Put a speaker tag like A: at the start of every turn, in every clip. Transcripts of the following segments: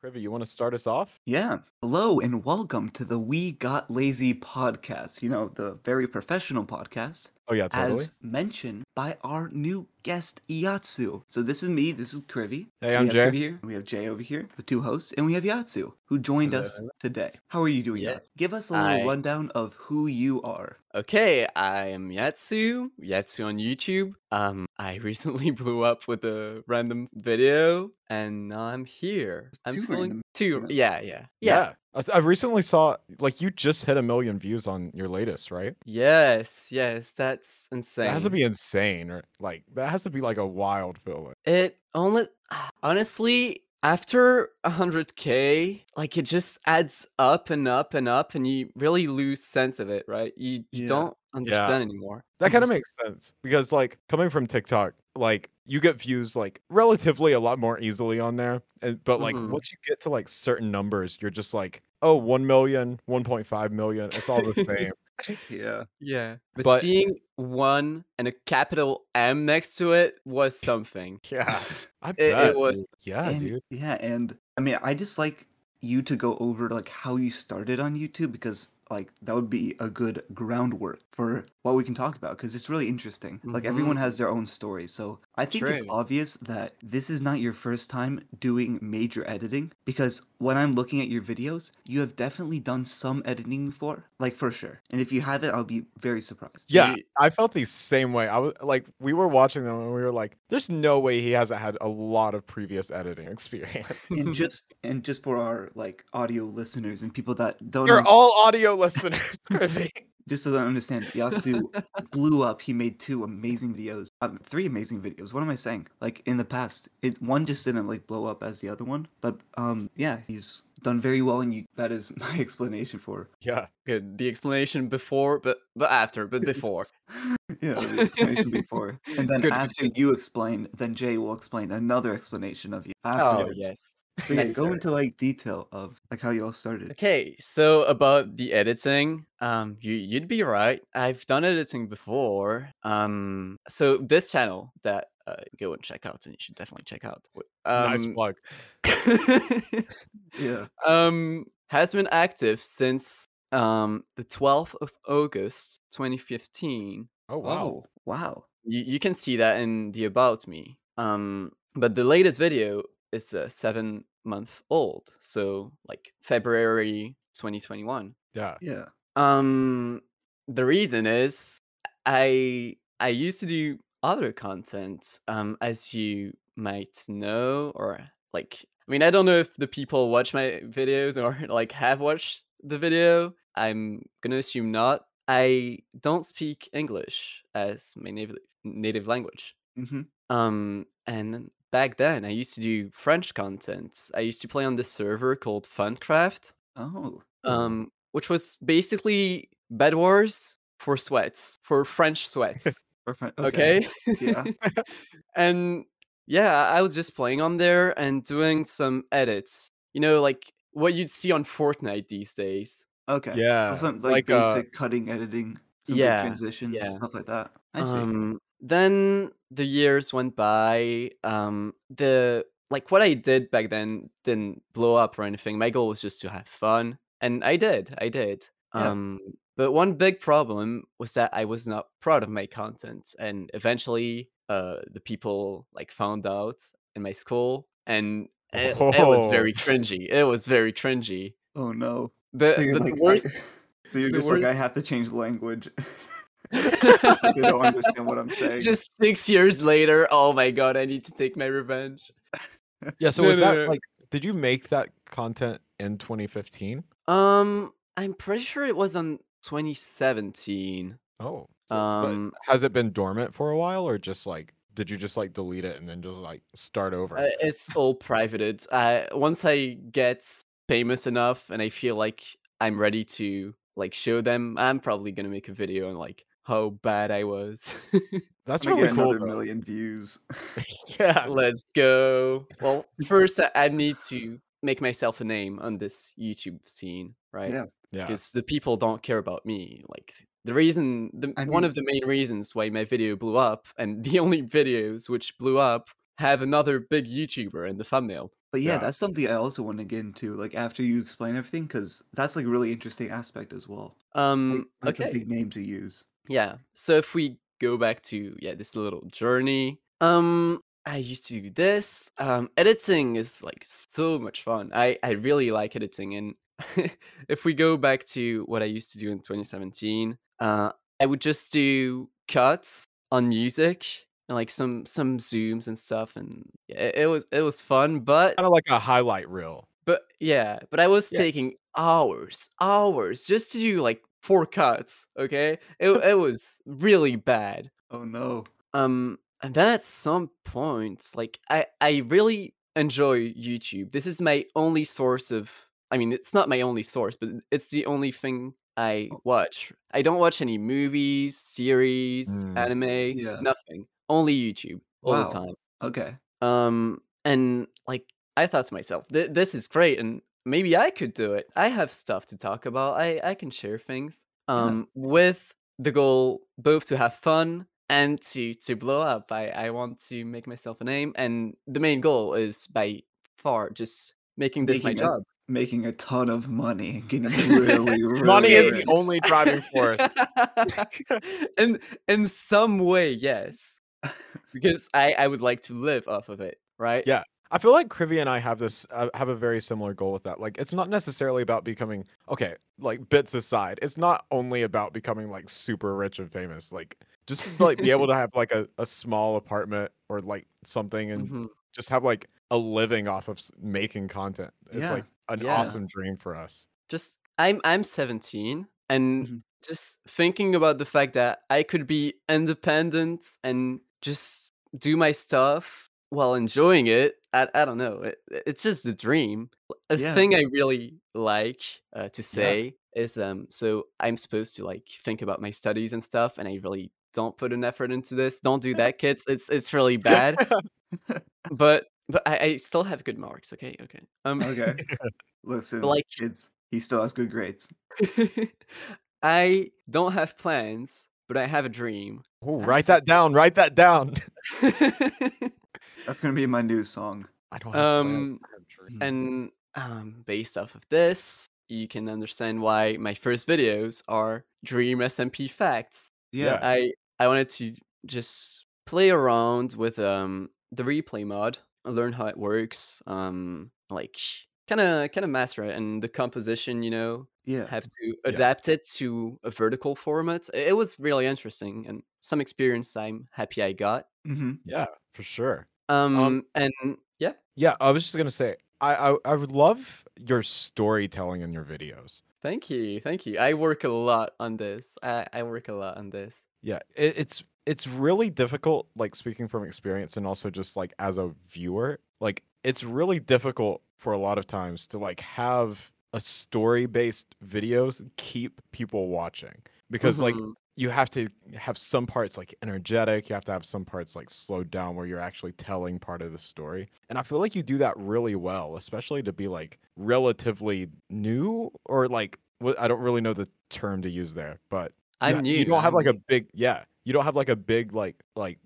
A: Privy, you want to start us off?
B: Yeah. Hello and welcome to the We Got Lazy podcast. You know, the very professional podcast.
A: Oh yeah, totally.
B: As mentioned by our new guest Yatsu. So this is me, this is Krivy.
A: Hey, I'm
B: we have
A: Jay.
B: Krivy here, and we have Jay over here, the two hosts, and we have Yatsu, who joined us today. How are you doing,
C: Yeah.
B: Yatsu? Give us a little
C: I-
B: rundown of who you are.
C: Okay, I am Yatsu, Yatsu on YouTube. Um, I recently blew up with a random video, and now I'm here.
B: It's
C: I'm
B: too
C: feeling
B: random,
C: too.
B: know?
C: Yeah, yeah, yeah.
A: I s- I recently saw like you just hit a million views on your latest, right?
C: Yes, yes, that's insane.
A: That has to be insane, or like that has to be like a wild feeling.
C: It only honestly after 100k like it just adds up and up and up and you really lose sense of it right you, you
B: Yeah.
C: don't understand anymore
A: That
B: I'm
A: kind of
B: just-
A: makes sense because like coming from TikTok, like you get views like relatively a lot more easily on there. And but like
C: Mhm.
A: once you get to like certain numbers, you're just like, oh, 1 million, 1.5 million, it's all the same.
B: Yeah.
C: yeah but,
A: But-
C: seeing one and a capital m next to it was something
A: yeah. I
C: it
A: bet,
C: was-
A: dude. Yeah,
B: and,
A: dude.
B: Yeah, and I mean, I just like you to go over like how you started on YouTube because like that would be a good groundwork for what we can talk about because it's really interesting. Like
A: Mm-hmm.
B: everyone has their own story, so I think it's
C: True.
B: obvious that this is not your first time doing major editing because when I'm looking at your videos, you have definitely done some editing before, like for sure. And if you haven't, I'll be very surprised.
A: Yeah,
C: You-
A: I felt the same way. I was like, we were watching them and we were like, there's no way he hasn't had a lot of previous editing experience.
B: And just and just for our like audio listeners and people that don't
A: You're
B: un-
A: all audio listeners, Griffey.
B: just so that I understand, Yatsu blew up. He made two amazing videos, um, three amazing videos. What am I saying? Like in the past, it one just didn't like blow up as the other one, but um, yeah, he's done very well, and you, that is my explanation for.
A: Yeah.
C: good the explanation before but but after but before
B: Yeah, the explanation before, and then
C: Good, good,
B: after
C: good.
B: you explain, then Jay will explain another explanation of you.
C: oh
B: Afterwards.
C: yes
B: So yeah,
C: yes,
B: go
C: sir.
B: into like detail of like how you all started.
C: Okay, so about the editing, um, you you'd be right. I've done editing before. Um, so this channel that uh, go and check out, and you should definitely check out. w-
A: nice
C: Um,
A: plug.
B: Yeah,
C: um, has been active since um the twelfth of August, twenty fifteen.
A: Oh wow.
B: Oh, wow.
C: You you can see that in the about me. Um, but the latest video is uh, seven month old, so like February twenty twenty one.
A: Yeah.
B: Yeah,
C: Um, the reason is I I used to do other content, um, as you might know, or like I mean, I don't know if the people watch my videos or like have watched the video. I'm gonna assume not. I don't speak English as my native native language.
B: hmm
C: Um, and back then I used to do French content. I used to play on this server called Funcraft
B: Oh,
A: Ooh.
C: um, which was basically Bed Wars for sweats, for French sweats.
B: perfect.
C: okay.
B: Yeah.
C: and yeah, I was just playing on there and doing some edits. You know, like what you'd see on Fortnite these days.
B: Okay.
A: Yeah.
B: So some,
A: like
B: like,
A: uh,
B: basic cutting, editing, some
C: yeah,
B: good transitions,
C: yeah.
B: stuff like that. I see.
C: Um, then the years went by. Um, the like what I did back then didn't blow up or anything. My goal was just to have fun, and I did. I did.
B: Yeah.
C: Um, but one big problem was that I was not proud of my content, and eventually, uh, the people like found out in my school, and it, it was very
A: Oh.
C: cringy. It was very cringy.
B: oh no.
C: But,
B: so you're
C: but
B: like,
C: the worst.
B: I, so you're
C: the
B: just like,
C: worst-
B: I have to change language. they don't understand what I'm saying.
C: Just six years later, oh my god, I need to take my revenge.
A: Yeah. So
C: No,
A: was
C: no,
A: that
C: no.
A: like did you make that content in 2015?
C: Um, I'm pretty sure it was on 2017.
A: Oh. so- but
C: Um,
A: has it been dormant for a while or just like did you just like delete it and then just like start over?
C: uh, it's all privated. Uh, once I get famous enough and I feel like I'm ready to like show them, I'm probably gonna make a video on like how bad I was.
A: That's
B: I'm gonna
A: really
B: get
A: cool.
B: another
A: though.
B: million views.
A: Yeah.
C: Let's go. Well, first I, I need to make myself a name on this YouTube scene, right?
B: Yeah.
A: Yeah.
C: because the people don't care about me. Like the reason, the,
B: I
C: one
B: mean-
C: of the main reasons why my video blew up, and the only videos which blew up have another big YouTuber in the thumbnail.
B: But yeah,
A: Yeah.
B: that's something I also want to get into, like after you explain everything, because that's like a really interesting aspect as well. Like,
C: Um,
B: like the
C: okay.
B: big name to use.
C: yeah so if we go back to yeah this little journey um i used to do this um editing is like so much fun i i really like editing and if we go back to what i used to do in 2017 uh i would just do cuts on music and like some some zooms and stuff and yeah, it, it was it was fun but
A: Kind of like a highlight reel.
C: but yeah, but I was
A: Yeah.
C: taking hours, hours just to do like four cuts. Okay, it it was really bad.
B: Oh no.
C: Um, and then at some point, like I I really enjoy YouTube. This is my only source of. I mean, it's not my only source, but it's the only thing I watch. I don't watch any movies, series,
A: Mm.
C: anime,
B: Yeah.
C: nothing. Only YouTube all
B: Wow.
C: the time
B: Okay.
C: um and like i thought to myself "Th- this is great and maybe i could do it i have stuff to talk about i i can share things
B: Yeah.
C: um with the goal both to have fun and to to blow up i i want to make myself a name and the main goal is by far just making this
B: Making
C: my
B: it
C: job
B: Making a ton of money. and Getting really, really
A: Money is
B: rich.
A: the only driving force.
C: in in some way yes because i i would like to live off of it right
A: Yeah. I feel like Krivy and I have this uh, have a very similar goal with that. Like it's not necessarily about becoming okay, like bits aside. It's not only about becoming like super rich and famous. Like just like be able to have like a, a small apartment or like something and
C: Mhm.
A: just have like a living off of s- making content. It's
B: Yeah,
A: like an
C: yeah.
A: awesome dream for us.
C: just I'm I'm 17 and
B: Mhm.
C: just thinking about the fact that I could be independent and just do my stuff while enjoying it. I, I don't know. It, it- it's just a dream. A
B: Yeah.
C: thing I really like uh, to say is um so I'm supposed to like think about my studies and stuff and I really don't put an effort into this. Don't do that kids. It's it's really bad. but but I, I still have good marks, okay? Okay. Um
B: Okay. Listen,
C: like-
B: kids, he still has good grades.
C: I don't have plans, but I have a dream.
A: Ooh, write that down. Write that down.
B: That's gonna be my new song.
A: I don't have plans,
C: um,
A: I have dreams.
C: and um, based off of this, you can understand why my first videos are dream SMP facts.
A: Yeah.
C: I I wanted to just play around with um the replay mod, learn how it works, um like kind of kind of master it and the composition, you know,
B: Yeah.
C: have to adapt it to a vertical format. I- It was really interesting and some experience I'm happy I got.
B: hmm
A: yeah, for sure.
C: Um, and yeah,
A: Yeah, I was just gonna say, I I, I would love your storytelling in your videos.
C: thank you, thank you. I work a lot on this. I, I work a lot on this.
A: Yeah, it, it's it's really difficult, like speaking from experience and also just like as a viewer, like it's really difficult for a lot of times to like have a story based videos keep people watching because like
C: Mhm.
A: you have to have some parts like energetic you have to have some parts like slowed down where you're actually telling part of the story and i feel like you do that really well especially to be like relatively new or like wh- i don't really know the term to use there but you
C: I'm
A: ha-
C: new.
A: you don't have
C: I'm
A: like a big yeah you don't have like a big like like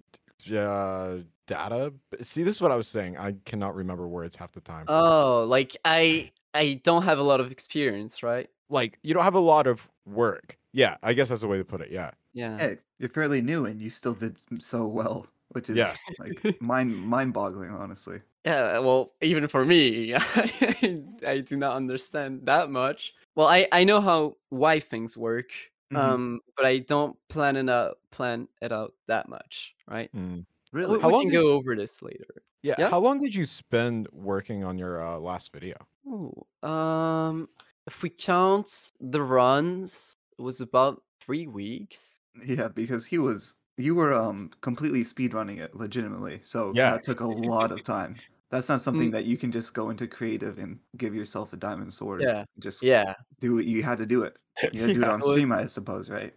A: uh data b- see this is what i was saying i cannot remember words half the time
C: Oh, like I I don't have a lot of experience, right?
A: like you don't have a lot of work yeah i guess that's the way to put it yeah
C: Yeah.
B: Hey, you're fairly new and you still did s- so well, which is
A: Yeah.
B: like mind mind boggling, honestly.
C: Yeah, Uh, well, even for me, I, I do not understand that much. Well, I, I know how why things work,
B: Mhm.
C: um, but I don't plan it out plan it out that much, right?
A: Mm.
C: We,
B: Really?
A: How
C: we
A: long
C: can
A: did-
C: go over this later.
A: yeah
C: Yeah.
A: how long did you spend working on your uh, last video
C: Ooh, um, if we count the runs, it was about three weeks.
B: Yeah, because he was you were um completely speedrunning it legitimately. So
A: Yeah.
B: that took a lot of time. That's not something
C: Mm.
B: that you can just go into creative and give yourself a diamond sword.
C: Yeah,
B: Just
C: yeah.
B: do it. You had to do it. You had to do it
A: Yeah.
B: on
C: It was-
B: stream, I suppose, right?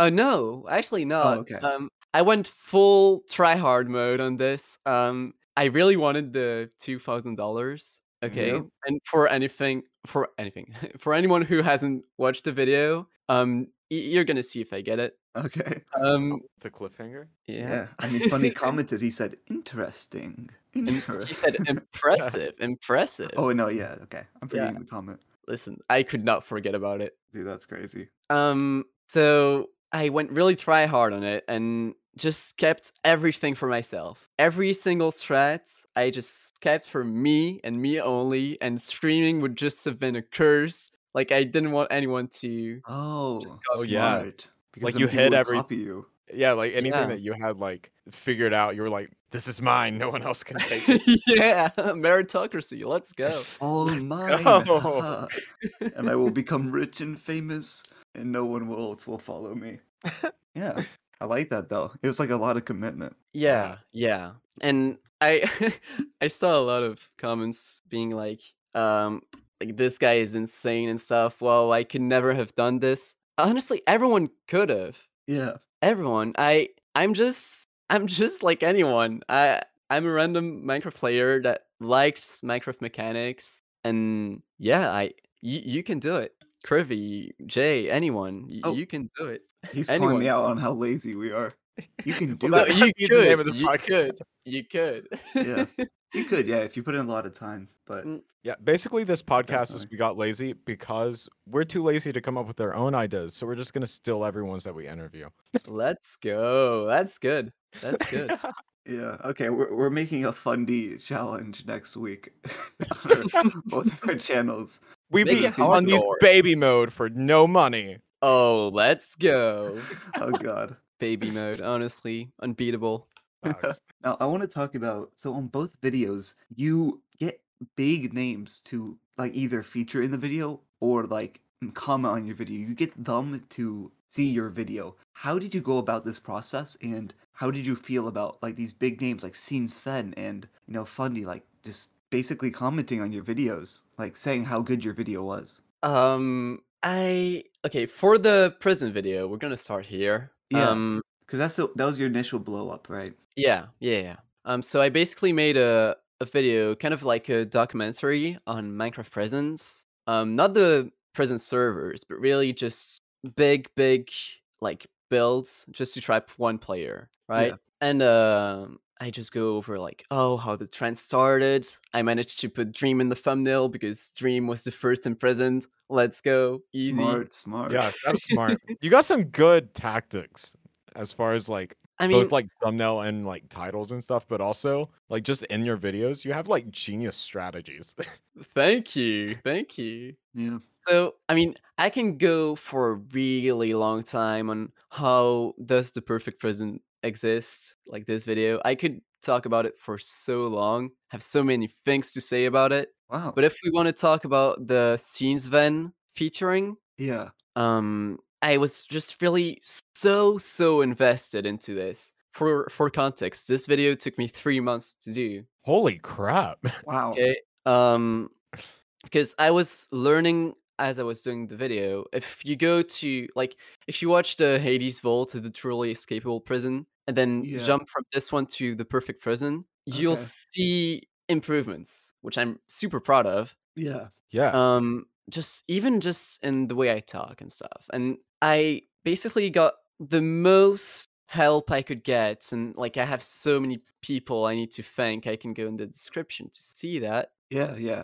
C: Oh no, actually not.
B: okay.
C: Um, I went full try hard mode on this. Um, I really wanted the two thousand dollars. Okay,
B: Yep.
C: and for anything, for anything, for anyone who hasn't watched the video, um, y- you're gonna see if I get it.
B: Okay.
C: Um,
A: The cliffhanger.
B: Yeah.
C: yeah.
B: I mean, funny commented. He said, "Interesting." Interesting.
C: He said impressive, impressive.
B: Oh no, yeah, okay. I'm
C: Yeah.
B: forgetting the comment.
C: Listen, I could not forget about it.
B: Dude, that's crazy.
C: Um, so I went really try hard on it and just kept everything for myself. Every single thread I just kept for me and me only, and streaming would just have been a curse. Like I didn't want anyone to.
B: Oh,
C: go-
A: Oh, yeah.
B: smart, because
A: Like,
B: then
A: you
B: people
A: hid
B: would
A: every-
B: Copy you.
A: Yeah, like anything
C: Yeah.
A: that you had like figured out, you were like, "This is mine. No one else can take it."
C: yeah, meritocracy. Let's go.
B: All mine.
A: go.
B: Oh, and I will become rich and famous, and no one will- else will follow me. yeah, I like that though. It was like a lot of commitment.
C: Yeah, yeah. And I I saw a lot of comments being like, um, like this guy is insane and stuff. Well, I could never have done this. Honestly, everyone could have.
B: Yeah.
C: Everyone. I I'm just I'm just like anyone. I I'm a random Minecraft player that likes Minecraft mechanics and yeah, I you, you can do it. Krivy, Jay, anyone, y-
B: Oh.
C: you can do it.
B: He's calling me
C: Anyone.
B: out on how lazy we are. You can do
C: Well,
B: it.
A: that'd
C: you
A: be the name of
C: could,
A: the
C: you
A: podcast.
C: could, you could.
B: Yeah. You could, yeah, if you put in a lot of time. But
C: Mm.
A: Yeah, basically, this podcast is
B: Definitely.
A: we got lazy because we're too lazy to come up with our own ideas, so we're just gonna steal everyone's that we interview.
C: Let's go. That's good. That's good.
B: yeah, okay, we're we're making a fundy challenge next week. on our- both of our channels.
A: we
C: Make
A: be
C: it
A: on these
C: hardcore.
A: baby mode for no money.
C: Oh, let's go.
B: Oh god.
C: Baby mode, honestly, unbeatable.
A: Sucks.
B: Now I want to talk about so on both videos you get big names to like either feature in the video or like m- comment on your video. You get them to see your video. How did you go about this process and how did you feel about like these big names like Scenes Fen and you know Fundy like just basically commenting on your videos, like saying how good your video was.
C: Um, I okay for the prison video. We're gonna start here.
B: Yeah.
C: Um,
B: Cuz that's so that was your initial blow up, right?
C: yeah, yeah, yeah. Um, so I basically made a a video, kind of like a documentary on Minecraft prisons. Um, not the prison servers, but really just big, big like builds just to trap one player, right? and um I just go over like, oh, how the trend started. I managed to put Dream in the thumbnail because Dream was the first imprisoned. Let's go, easy.
B: Smart, smart.
A: yeah, that was smart. You got some good tactics as far as like
C: I mean,
A: both like thumbnail and like titles and stuff, but also like just in your videos, you have like genius strategies.
C: thank you, thank you.
B: Yeah.
C: So, I mean, I can go for a really long time on how does the perfect prison exist, like this video. I could talk about it for so long, have so many things to say about it.
B: Wow.
C: But if we want to talk about the scenes van featuring,
B: yeah.
C: um i was just really so so invested into this for for context this video took me three months to do
A: Holy crap.
B: Wow.
C: okay um because i was learning as i was doing the video if you go to like if you watch the hades vault to the truly escapable prison and then
B: Yeah.
C: jump from this one to the perfect prison you'll
B: Okay.
C: see improvements which i'm super proud of
B: Yeah.
A: Yeah.
C: um just even just in the way i talk and stuff and i basically got the most help i could get and like i have so many people i need to thank i can go in the description to see that
B: Yeah, yeah.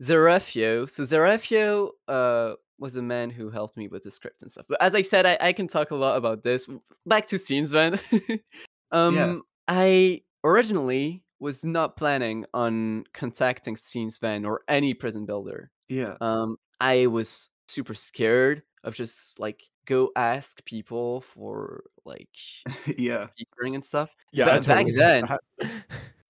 C: zerefio so zerefio uh was a man who helped me with the script and stuff but as i said i, I can talk a lot about this W- back to scenes man um i originally was not planning on contacting scenes van or any prison builder
B: Yeah.
C: um i was super scared of just like go ask people for like
B: yeah.
C: featuring and stuff
A: yeah.
C: ba- back then-
A: then.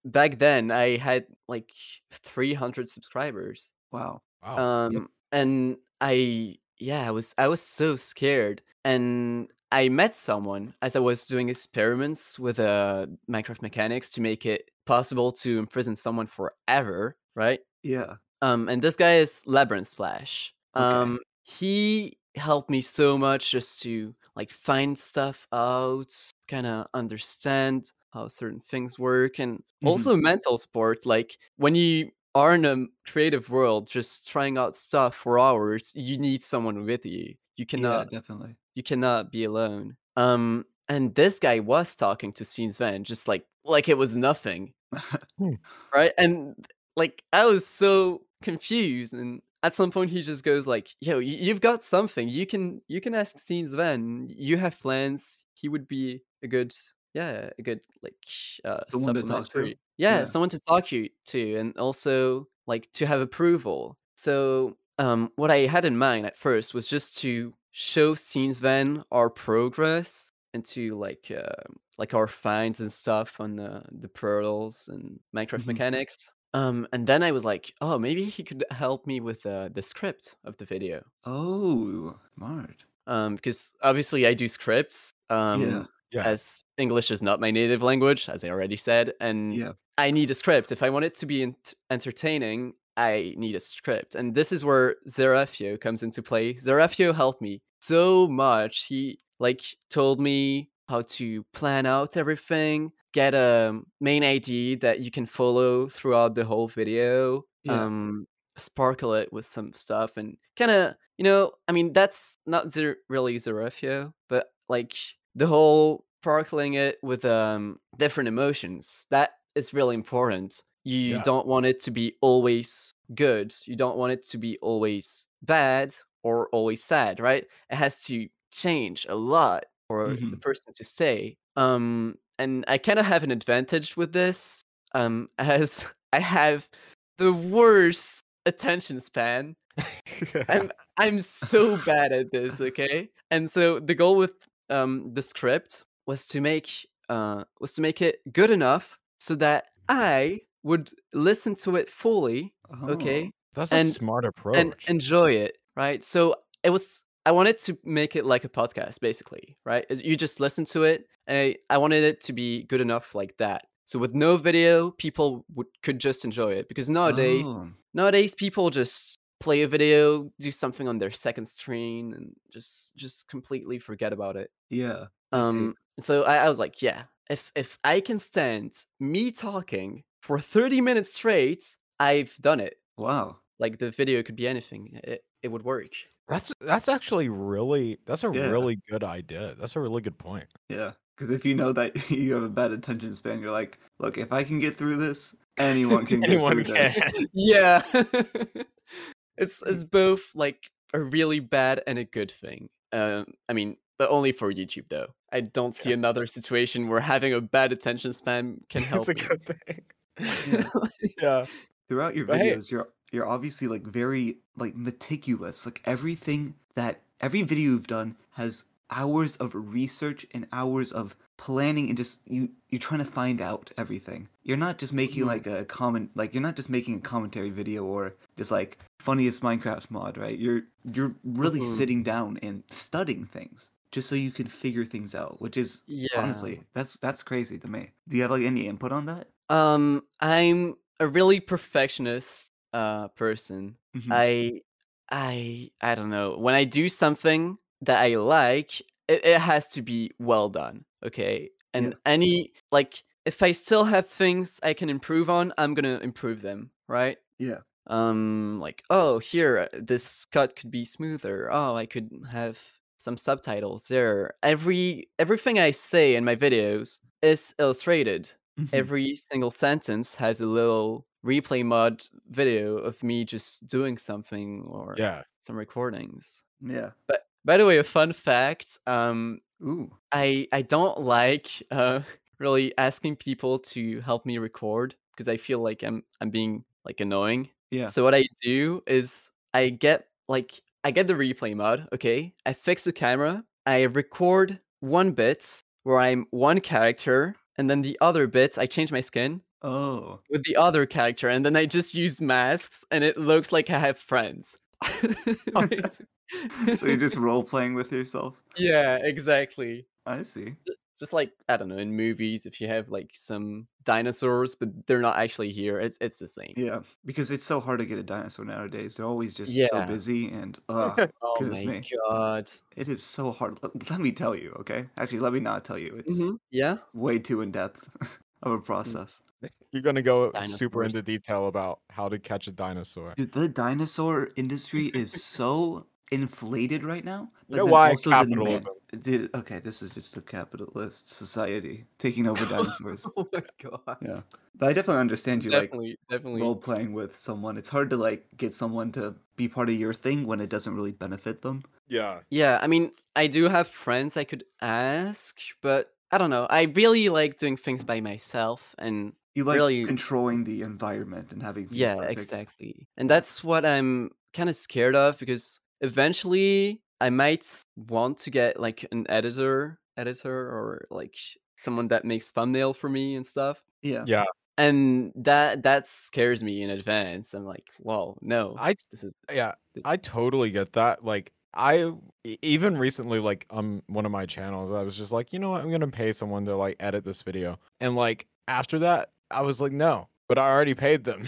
C: back then i had like 300 subscribers
B: Wow.
A: wow.
C: um and i yeah i was i was so scared and i met someone as i was doing experiments with uh minecraft mechanics to make it possible to imprison someone forever right
B: Yeah.
C: Um, and this guy is Labyrinth Splash.
B: Okay.
C: Um, he helped me so much just to like find stuff out, kind of understand how certain things work, and
B: Mhm.
C: also mental support. Like when you are in a creative world, just trying out stuff for hours, you need someone with you. You
B: Yeah,
C: cannot,
B: definitely.
C: you cannot be alone. Um, and this guy was talking to Scenes Van just like like it was nothing,
A: Hmm.
C: right? And like I was so confused, and at some point he just goes like, "Yo, y- you've got something. You can you can ask Scenes Van. You have plans. He would be a good." Yeah, a good like sh- uh,
B: Someone to talk to.
C: supplementary yeah,
B: Yeah.
C: someone to talk you to and also like to have approval so um what i had in mind at first was just to show scenes van our progress and to like uh, like our finds and stuff on the the pearls and minecraft
A: Mm-hmm.
B: Mhm.
C: mechanics um and then i was like oh maybe he could help me with uh, the script of the video
B: Oh, smart.
C: um because obviously i do scripts um
B: yeah.
A: Yeah.
C: as english is not my native language as i already said and
B: Yeah.
C: I need a script. If I want it to be ent- entertaining, I need a script. And this is where Zerafio comes into play. Zerafio helped me so much. He like told me how to plan out everything, get a main ID that you can follow throughout the whole video.
B: Yeah.
C: Um sparkle it with some stuff and kind of you know i mean that's not Zer- really zerafio but like the whole sparkling it with um different emotions that is really important you
A: Yeah.
C: don't want it to be always good you don't want it to be always bad or always sad right it has to change a lot for the
B: Mhm.
C: person to stay um and i kind of have an advantage with this um as i have the worst attention span I'm I'm so bad at this, okay? And so the goal with um the script was to make uh was to make it good enough so that I would listen to it fully, okay?
B: Oh,
A: That's a
C: and-
A: smart approach.
C: and enjoy it, right? So it was I wanted to make it like a podcast, basically, right? Is- You just listen to it, and I, I wanted it to be good enough like that. So with no video, people would could just enjoy it because nowadays
B: oh,
C: nowadays people just play a video, do something on their second screen, and just just completely forget about it.
B: yeah. I see.
C: Um, so I, I was like, yeah, if if I can stand me talking for thirty minutes straight, I've done it
B: Wow.
C: like the video could be anything it, it would work
A: that's that's actually really that's a
B: Yeah.
A: really good idea. That's a really good point.
B: Yeah. Because if you know that you have a bad attention span, you're like, look, if I can get through this, anyone can get
A: Anyone
B: through
A: can.
B: this.
C: yeah it's it's both like a really bad and a good thing um i mean but only for youtube though i don't see another situation where having a bad attention span can help
A: It's a
C: me.
A: good thing.
B: Yeah.
A: yeah.
B: Throughout your
A: But hey-
B: videos, you're you're obviously like very like meticulous. Like everything that every video you've done has hours of research and hours of planning and just you you're trying to find out everything. You're not just making
C: Mhm.
B: like a comment like you're not just making a commentary video or just like funniest Minecraft mod, right? You're you're really
C: Mhm.
B: sitting down and studying things just so you can figure things out, which is
C: yeah
B: honestly that's that's crazy to me. Do you have like any input on that?
C: um i'm a really perfectionist uh person
B: Mhm.
C: I I I don't know. When I do something that I like, it, it has to be well done. Okay. And any like if I still have things I can improve on, I'm gonna improve them, right?
B: Yeah.
C: Um like, oh here uh, this cut could be smoother. Oh, I could have some subtitles there. Every everything I say in my videos is illustrated
B: Mhm.
C: every single sentence has a little replay mod video of me just doing something or
A: Yeah.
C: some recordings.
B: yeah.
C: But by the way, a fun fact: um,
B: Ooh.
C: I I don't like uh, really asking people to help me record because I feel like I'm I'm being like annoying.
B: Yeah.
C: So what I do is I get like I get the replay mod. Okay, I fix the camera. I record one bit where I'm one character, and then the other bit I change my skin
B: Oh.
C: with the other character, and then I just use masks, and it looks like I have friends.
B: Oh, So you're just role playing with yourself?
C: yeah, exactly.
B: I see.
C: Just like I don't know in movies, if you have like some dinosaurs, but they're not actually here, it's it's the same.
B: Yeah. Because it's so hard to get a dinosaur nowadays. They're always just so
C: Yeah.
B: busy and uh
C: Oh
B: Goodness
C: my
B: me.
C: god.
B: it is so hard. Let, let me tell you, okay? Actually, let me not tell you. It's
C: Mhm, Yeah.
A: Mm-hmm.
B: way too in depth of a
A: Mm.
B: process.
A: You're gonna go super
C: Dinosaurs.
A: into detail about how to catch a dinosaur.
B: Dude, the dinosaur industry is so inflated right now.
A: You know
B: then
A: why
B: also the demand-
A: capitalism?
B: Did okay, this is just a capitalist society taking over dinosaurs.
C: oh my god.
B: Yeah. But I definitely understand you like
C: definitely, definitely.
B: role playing with someone. It's hard to like get someone to be part of your thing when it doesn't really benefit them.
A: Yeah.
C: Yeah, I mean, I do have friends I could ask, but I don't know. I really like doing things by myself, and
B: You like
C: Really-
B: controlling the environment and having things
C: yeah,
B: perfect.
C: exactly. And that's what I'm kind of scared of because eventually I might s- want to get like an editor, editor, or like someone that makes thumbnail for me and stuff.
B: Yeah.
A: Yeah.
C: And that that scares me in advance. I'm like, whoa, no,
A: I
C: this is
A: yeah i totally get that like i e- even recently like um one of my channels i was just like you know what i'm gonna pay someone to like edit this video and like after that i was like no but i already paid them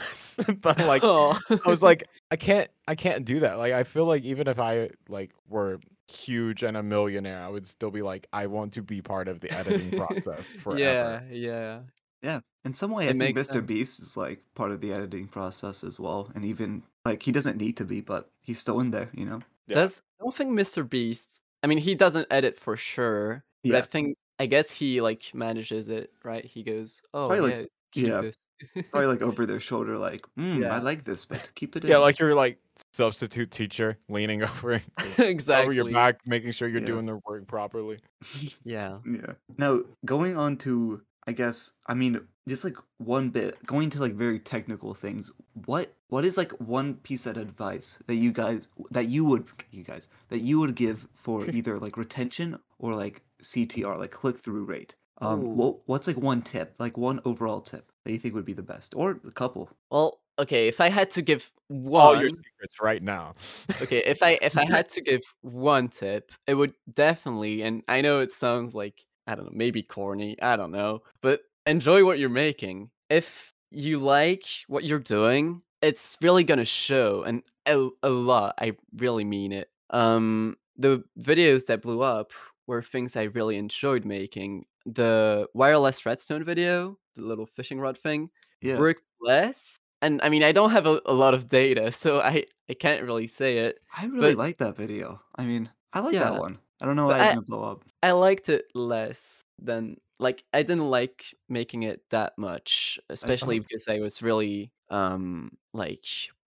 A: but like
C: oh.
A: i was like i can't i can't do that like i feel like even if i like were huge and a millionaire i would still be like i want to be part of the editing process forever
C: yeah, yeah.
B: In some way,
C: It
B: I think Mr.
C: makes sense.
B: Beast is like part of the editing process as well, and even like he doesn't need to be, but he's still in there, you know.
A: Yeah.
C: Does I don't think Mr. Beast. I mean, he doesn't edit for sure. But I
B: Yeah.
C: think I guess he like manages it, right? He goes, "Oh
B: Probably, like-
C: yeah, keep
B: yeah,
C: this."
B: Probably like over their shoulder, like, mm,
C: Yeah.
B: I like this bit, keep it in.
A: yeah like your like substitute teacher leaning over
C: exactly.
A: over your back making sure you're
B: Yeah.
A: doing their work properly
C: Yeah.
B: Yeah. Now going on to, I guess, I mean, just like one bit going to like very technical things. What what is like one piece of advice that you guys that you would you guys that you would give for either like retention or like CTR, like click through rate?
C: Ooh.
B: Um, what what's like one tip, like one overall tip that you think would be the best, or a couple?
C: Well, okay. If I had to give
A: all
C: one,
B: Oh,
A: your secrets right now.
C: okay. If I if I had to give one tip, it would definitely. And I know it sounds like I don't know, maybe corny. I don't know, but enjoy what you're making. If you like what you're doing, it's really gonna show, and a, a lot. I really mean it. Um, the videos that blew up were things I really enjoyed making. The wireless redstone video, the little fishing rod thing,
B: Yeah.
C: work less. And I mean, I don't have a, a lot of data, so I, I can't really say it.
B: I really
C: but-
B: like that video. I mean, I like
C: Yeah.
B: that one. I don't know
C: But
B: why it
C: I-
B: didn't blow up.
C: I liked it less than like I didn't like making it that much, especially
A: Uh-huh.
C: because I was really um like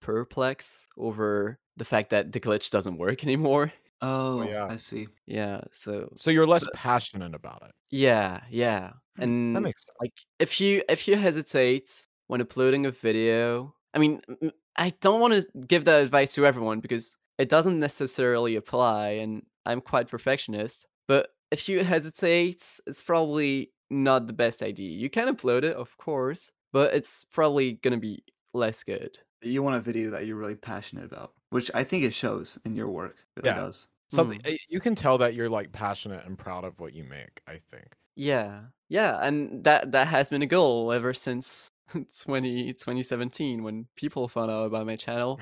C: perplexed over the fact that the glitch doesn't work anymore.
B: Oh,
A: yeah.
B: I see.
C: Yeah, so
A: So you're less passionate about it.
C: yeah, yeah. And
A: That makes sense.
C: like if you if you hesitate when uploading a video i mean m- i don't want to give that advice to everyone because it doesn't necessarily apply and i'm quite perfectionist but if you hesitate it's probably not the best idea you can upload it of course but it's probably going to be less good
B: you want a video that you're really passionate about, which I think it shows in your work. It really
A: Yeah.
B: does.
C: Hmm,
A: Something uh, you can tell that you're like passionate and proud of what you make. I think.
C: yeah yeah and that that has been a goal ever since 20 2017 when people found out about my channel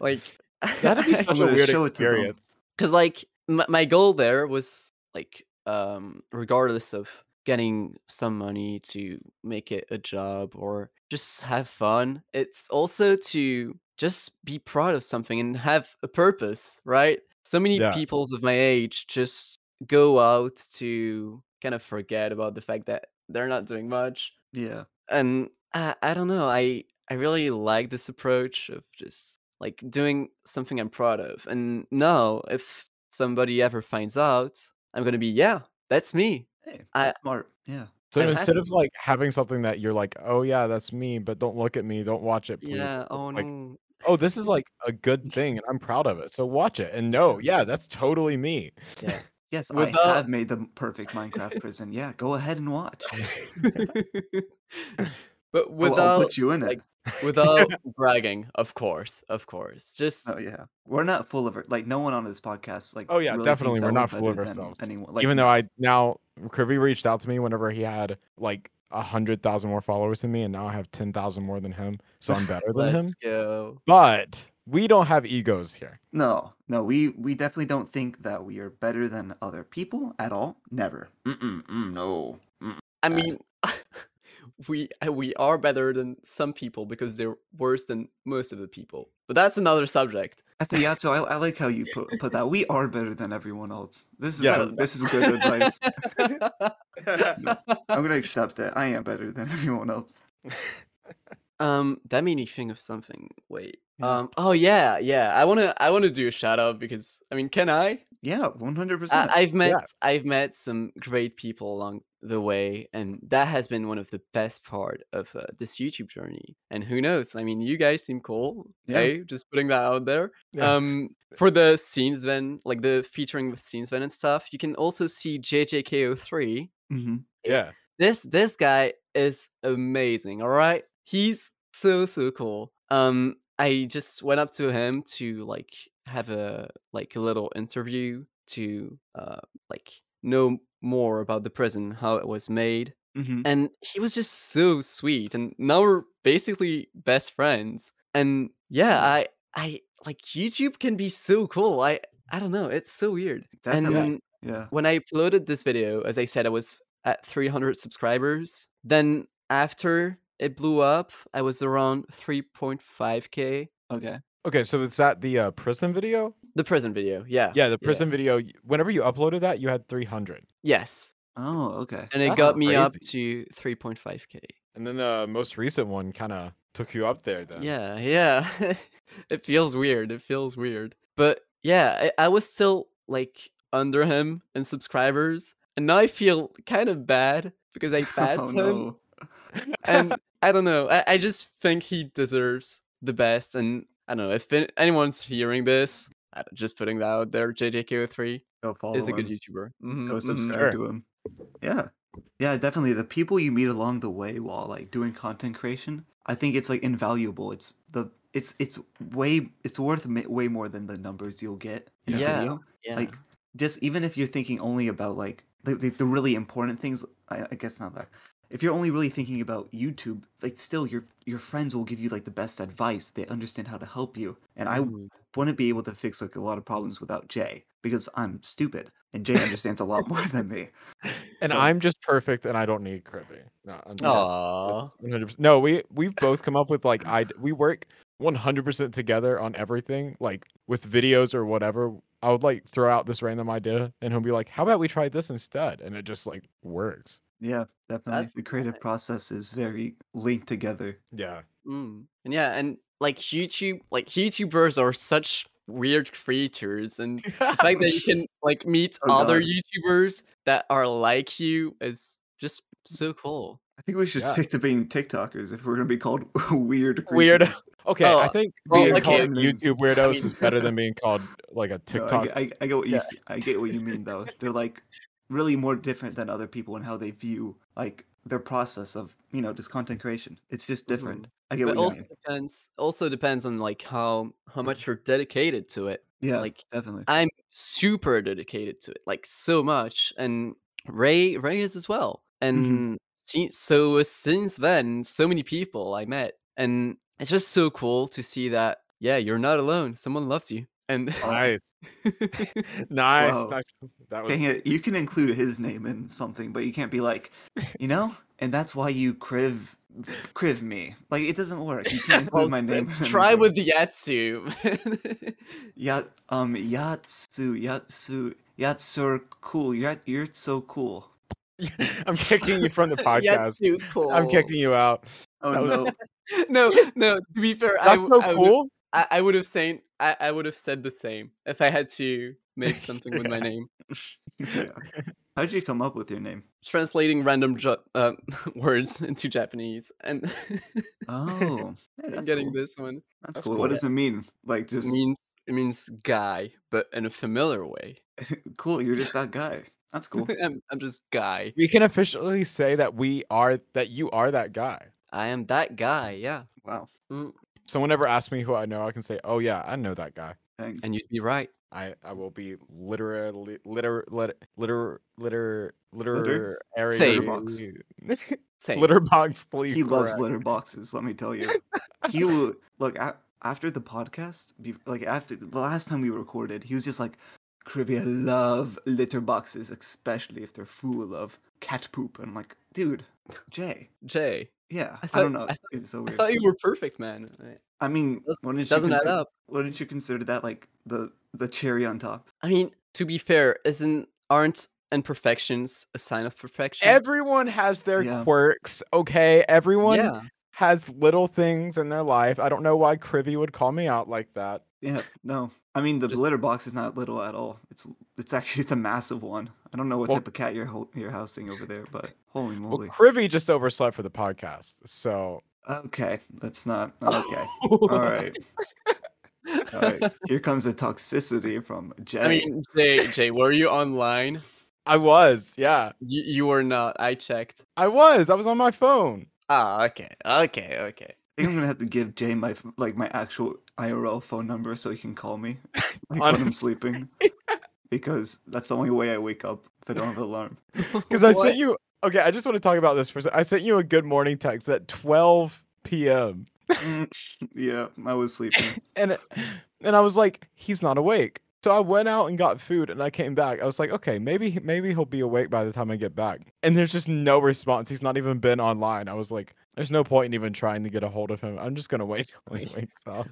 C: like
A: That'd be
B: I'm
A: such a
B: gonna
A: weird
B: show it to them.
A: experience.
C: because like m- my goal there was like um regardless of getting some money to make it a job or just have fun it's also to just be proud of something and have a purpose right so many
A: Yeah.
C: peoples of my age just go out to kind of forget about the fact that they're not doing much
B: Yeah.
C: and I, I don't know i i really like this approach of just like doing something i'm proud of and now if somebody ever finds out i'm gonna be yeah that's me
B: Hey,
C: I-
B: that's smart. Yeah.
A: So
C: I'm
A: instead of
C: happy.
A: like having something that you're like, oh yeah, that's me, but don't look at me, don't watch it, please.
C: yeah
A: it's
C: oh
A: like,
C: no
A: oh, this is like a good thing, and I'm proud of it. So watch it and no, yeah, that's totally me.
C: yeah
B: Yes,
C: Without-
B: I have made the perfect Minecraft prison. Yeah, go ahead and watch.
C: but
B: Oh, I'll
C: without
B: put you in it.
C: like- without bragging of course of course just
B: oh yeah, we're not full of it. Like no one on this podcast. Like
A: Oh, yeah,
B: really
A: definitely,
B: thinks that
A: we're not full
B: better
A: of
B: than
A: ourselves.
B: Anyone. Like,
A: even though I now Kirby reached out to me whenever he had like a hundred thousand more followers than me, and now I have ten thousand more than him, so I'm better than him.
C: let's go
A: But we don't have egos here.
B: no, no, we we definitely don't think that we are better than other people at all. Never. Mm-mm, mm, no. Mm-mm.
C: i
B: bad.
C: mean we uh, we are better than some people because they're worse than most of the people but that's another subject
B: That's a Yatsu. I, I like how you put, put that. We are better than everyone else. This is
A: Yeah.
B: uh, this is good advice. I'm gonna accept it. I am better than everyone else.
C: Um, that made me think of something. Wait.
B: Yeah.
C: Um. Oh yeah, yeah. I wanna, I wanna do a shout out because I mean, can I?
B: Yeah, 100. percent
C: I, I've met, I've met some great people along the way, and that has been one of the best part of uh, this YouTube journey. And who knows? I mean, you guys seem cool.
B: Yeah.
C: Yeah. Just putting that out there.
A: Yeah.
C: Um, for the scenes then, like the featuring with scenes then and stuff, you can also see JJKO3
B: hmm
A: yeah.
C: this this guy is amazing all right he's so so cool um i just went up to him to like have a like a little interview to uh like know more about the prison how it was made
B: hmm
C: and he was just so sweet and now we're basically best friends and yeah i i like youtube can be so cool i i don't know it's so weird and
B: Definitely.
C: um,
B: yeah.
C: when I uploaded this video, as I said, I was at 300 subscribers. Then after it blew up, I was around 3.5k.
B: Okay.
A: Okay, so is that the uh, prison video?
C: The prison video, yeah.
A: Yeah, the prison video. y- Whenever you uploaded that, you had 300.
C: Yes.
B: Oh, okay.
C: And it
A: That's
C: got me up to 3.5k.
A: And then the most recent one kind of took you up there then.
C: Yeah, yeah. it feels weird. It feels weird. But yeah, I, I was still like under him in subscribers. And now I feel kind of bad because I passed
B: oh,
C: him.
B: no.
C: and I don't know. I, I just think he deserves the best. And I don't know if an- anyone's hearing this, I don't, just putting that out there. JJKO3
B: Go follow
C: is a good
B: him.
C: YouTuber. Mhm,
B: Go
C: mhm.
B: subscribe
A: Sure.
B: to him. Yeah. Yeah, definitely. The people you meet along the way while like doing content creation, I think it's like invaluable. It's the it's it's way it's worth ma- way more than the numbers you'll get in a
C: Yeah.
B: video.
C: Yeah.
B: like just even if you're thinking only about like the, the, the really important things I, I guess not that if you're only really thinking about youtube like still your your friends will give you like the best advice they understand how to help you and i
C: Mm.
B: wouldn't be able to fix like a lot of problems without jay because i'm stupid and jay understands a lot more than me
A: And
B: So-
A: I'm just perfect and I don't need crippy. No, I'm just-
C: Aw.
A: That's 100%. No, we we've both come up with like I we work 100% together on everything, like with videos or whatever. I would like throw out this random idea, and he'll be like, "How about we try this instead?" And it just like works.
B: yeah definitely
C: That's
B: the creative
C: nice.
B: process is very linked together
A: Yeah,
C: Mm. And yeah, and like YouTube, like YouTubers are such weird creatures, and the fact that you can like meet
B: Oh,
C: other
B: God.
C: YouTubers that are like you is just so cool.
B: i think we should
A: Yeah.
B: stick to being tiktokers if we're going to be called weird
A: Weird.
B: creatures.
A: okay.
C: Oh,
A: I think
C: well,
A: being
C: okay.
A: called
B: Names.
A: YouTube weirdos
B: mean-
A: is better than being called like a
B: No, I
A: TikTok.
B: get- I, I, get what you
A: Yeah.
B: s- I get what you mean though. They're like really more different than other people in how they view like their process of you know just content creation. It's just different. I get
C: Mm-hmm. But
B: what you
C: also
B: mean.
C: depends also depends on like how how much you're dedicated to it.
B: Yeah,
C: like,
B: definitely.
C: I'm super dedicated to it, like so much. And Ray, Ray is as well.
A: Mm-hmm.
C: And si- so since then, so many people I met, and it's just so cool to see that. Yeah, you're not alone. Someone loves you. And
A: nice, nice,
B: Wow.
A: nice. That was
B: Dang it, you can include his name in something, but you can't be like, you know, and that's why you criv criv me. Like it doesn't work. You can't
A: Oh,
B: include my name. in
C: try
B: anything.
C: with the Yatsu.
B: Ya um Yatsu Yatsu Yatsur cool. Yat you're so cool.
A: I'm kicking you from the podcast.
C: Yatsu, cool.
A: I'm kicking you out.
B: Oh
A: That was-
B: no.
C: No, no. To be fair, I,
A: That's
C: w-
A: so
C: I would
A: cool.
C: I, I would have said I, I would have said the same if I had to make something with my name.
B: Yeah. How'd you come up with your name?
C: Translating random jo- uh, words into Japanese and
B: Oh, hey, that's
C: getting
B: cool.
C: this one
B: That's,
A: That's
B: cool.
A: cool.
B: What does it mean? Like just
C: means it means guy, but in a familiar way.
B: cool. You're just that guy. That's cool.
C: I'm, I'm just guy.
A: We can officially say that we are that you are that guy.
C: I am that guy. Yeah,
B: Wow.
C: Mm,
A: Someone ever asks me who I know, I can say, "Oh yeah, I know that guy."
B: Dang.
C: and you'd be right.
A: I, I will be literally liter liter liter liter
B: Litter?
A: literary
B: Litterbox.
C: Same.
A: litterbox please.
B: He loves
A: correct.
B: litter boxes. Let me tell you. He will look a after the podcast. be- Like after the last time we recorded, he was just like, "Krivia love litter boxes, especially if they're full of cat poop." And I'm like, dude, Jay.
C: Jay,
B: Yeah, I,
C: I thought-
B: don't know.
C: I thought-
B: it's so
C: I
B: weird.
C: thought you were perfect, man.
B: I mean,
C: Does-
B: wouldn't you
C: Doesn't add
B: consider,
C: up.
B: Wouldn't you consider that like the the cherry on top?
C: I mean, to be fair, isn't aren't imperfections a sign of perfection?
A: Everyone has their
B: Yeah.
A: quirks, okay? Everyone
C: yeah.
A: has little things in their life. I don't know why Krivy would call me out like that.
B: Yeah, no. I mean, the
C: Just-
B: litter box is not little at all. It's it's actually it's a massive one. I don't know what
A: Well-
B: type of cat you're ho- you're housing over there, but holy
A: Well,
B: moly.
A: Krivy just overslept for the podcast. So,
B: Okay, that's not okay. All right, all right. Here comes the toxicity from Jay.
C: I mean, Jay, Jay, were you online?
A: I was, yeah.
C: You, you were not. I checked.
A: I was. I was on my phone.
C: Ah, okay, okay, okay.
B: I think I'm gonna have to give Jay my f- like my actual IRL phone number so he can call me like, when I'm
A: Honest-
B: sleeping, because that's the only way I wake up if I don't have an alarm.
A: Because I
C: What?
A: sent you. Okay, I just want to talk about this for a second. I sent you a good morning text at 12 p.m.
B: Mm, yeah, I was sleeping.
A: and it- and I was like, he's not awake. So I went out and got food, and I came back. I was like, okay, maybe he- maybe he'll be awake by the time I get back. And there's just no response. He's not even been online. I was like, there's no point in even trying to get a hold of him. I'm just gonna wait till he wakes up.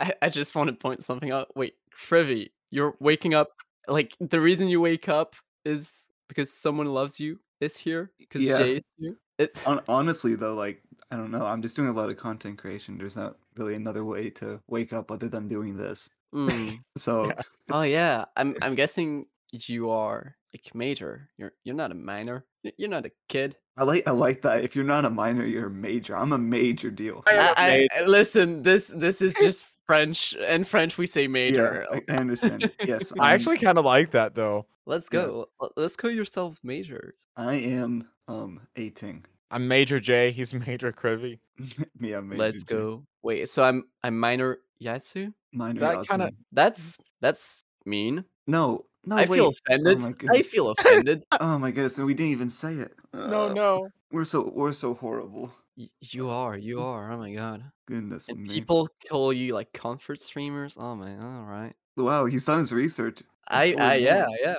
C: I, I just want to point something out. Wait, Privy, you're waking up. Like the reason you wake up is because someone loves you. Is here because
B: Yeah. Oh.
C: Jay is here. It's
B: Hon- honestly, though, like I don't know, I'm just doing a lot of content creation. There's not really another way to wake up other than doing this.
C: Mm.
B: So
C: oh yeah. I'm I'm guessing you are like major. You're you're not a minor. You're you're not a kid.
B: I like I like that. If you're not a minor, you're a major. I'm a major deal.
A: I am a
C: I, I, listen, this this is just French. In French, we say
B: Yeah,
C: major. Oh,
B: I, I understand. Yes,
A: I
B: I'm-
A: actually kind of like that though.
C: Let's
B: yeah.
C: go. L- Let's call yourselves majors.
B: I am um eighting.
A: I'm Major J. He's Major Krivy.
B: yeah, major
C: Let's
B: deal.
C: go. Wait, so I'm I'm minor Yasu.
B: Minor
A: That kinda-
B: Yahtzee. Mm.
C: That's that's mean.
B: No, no,
C: I
B: Oh, wait.
C: feel offended.
B: my
C: I
B: goodness.
C: feel offended.
B: oh my goodness, no, we didn't even say it.
A: No,
B: Uh,
A: no.
B: we're so we're so horrible.
C: Y- you are. You are. Oh my god.
B: Goodness
C: And
B: Mm. me!
C: people call you like comfort streamers. Oh my. All right.
B: Wow, he's done his research.
C: I.
B: Holy
C: I.
B: moly.
C: Yeah. Yeah.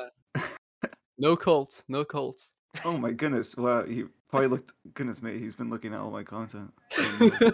C: No cults. No cults.
B: Oh my goodness! Wow, he probably looked. Goodness me, he's been looking at all my content. Oh,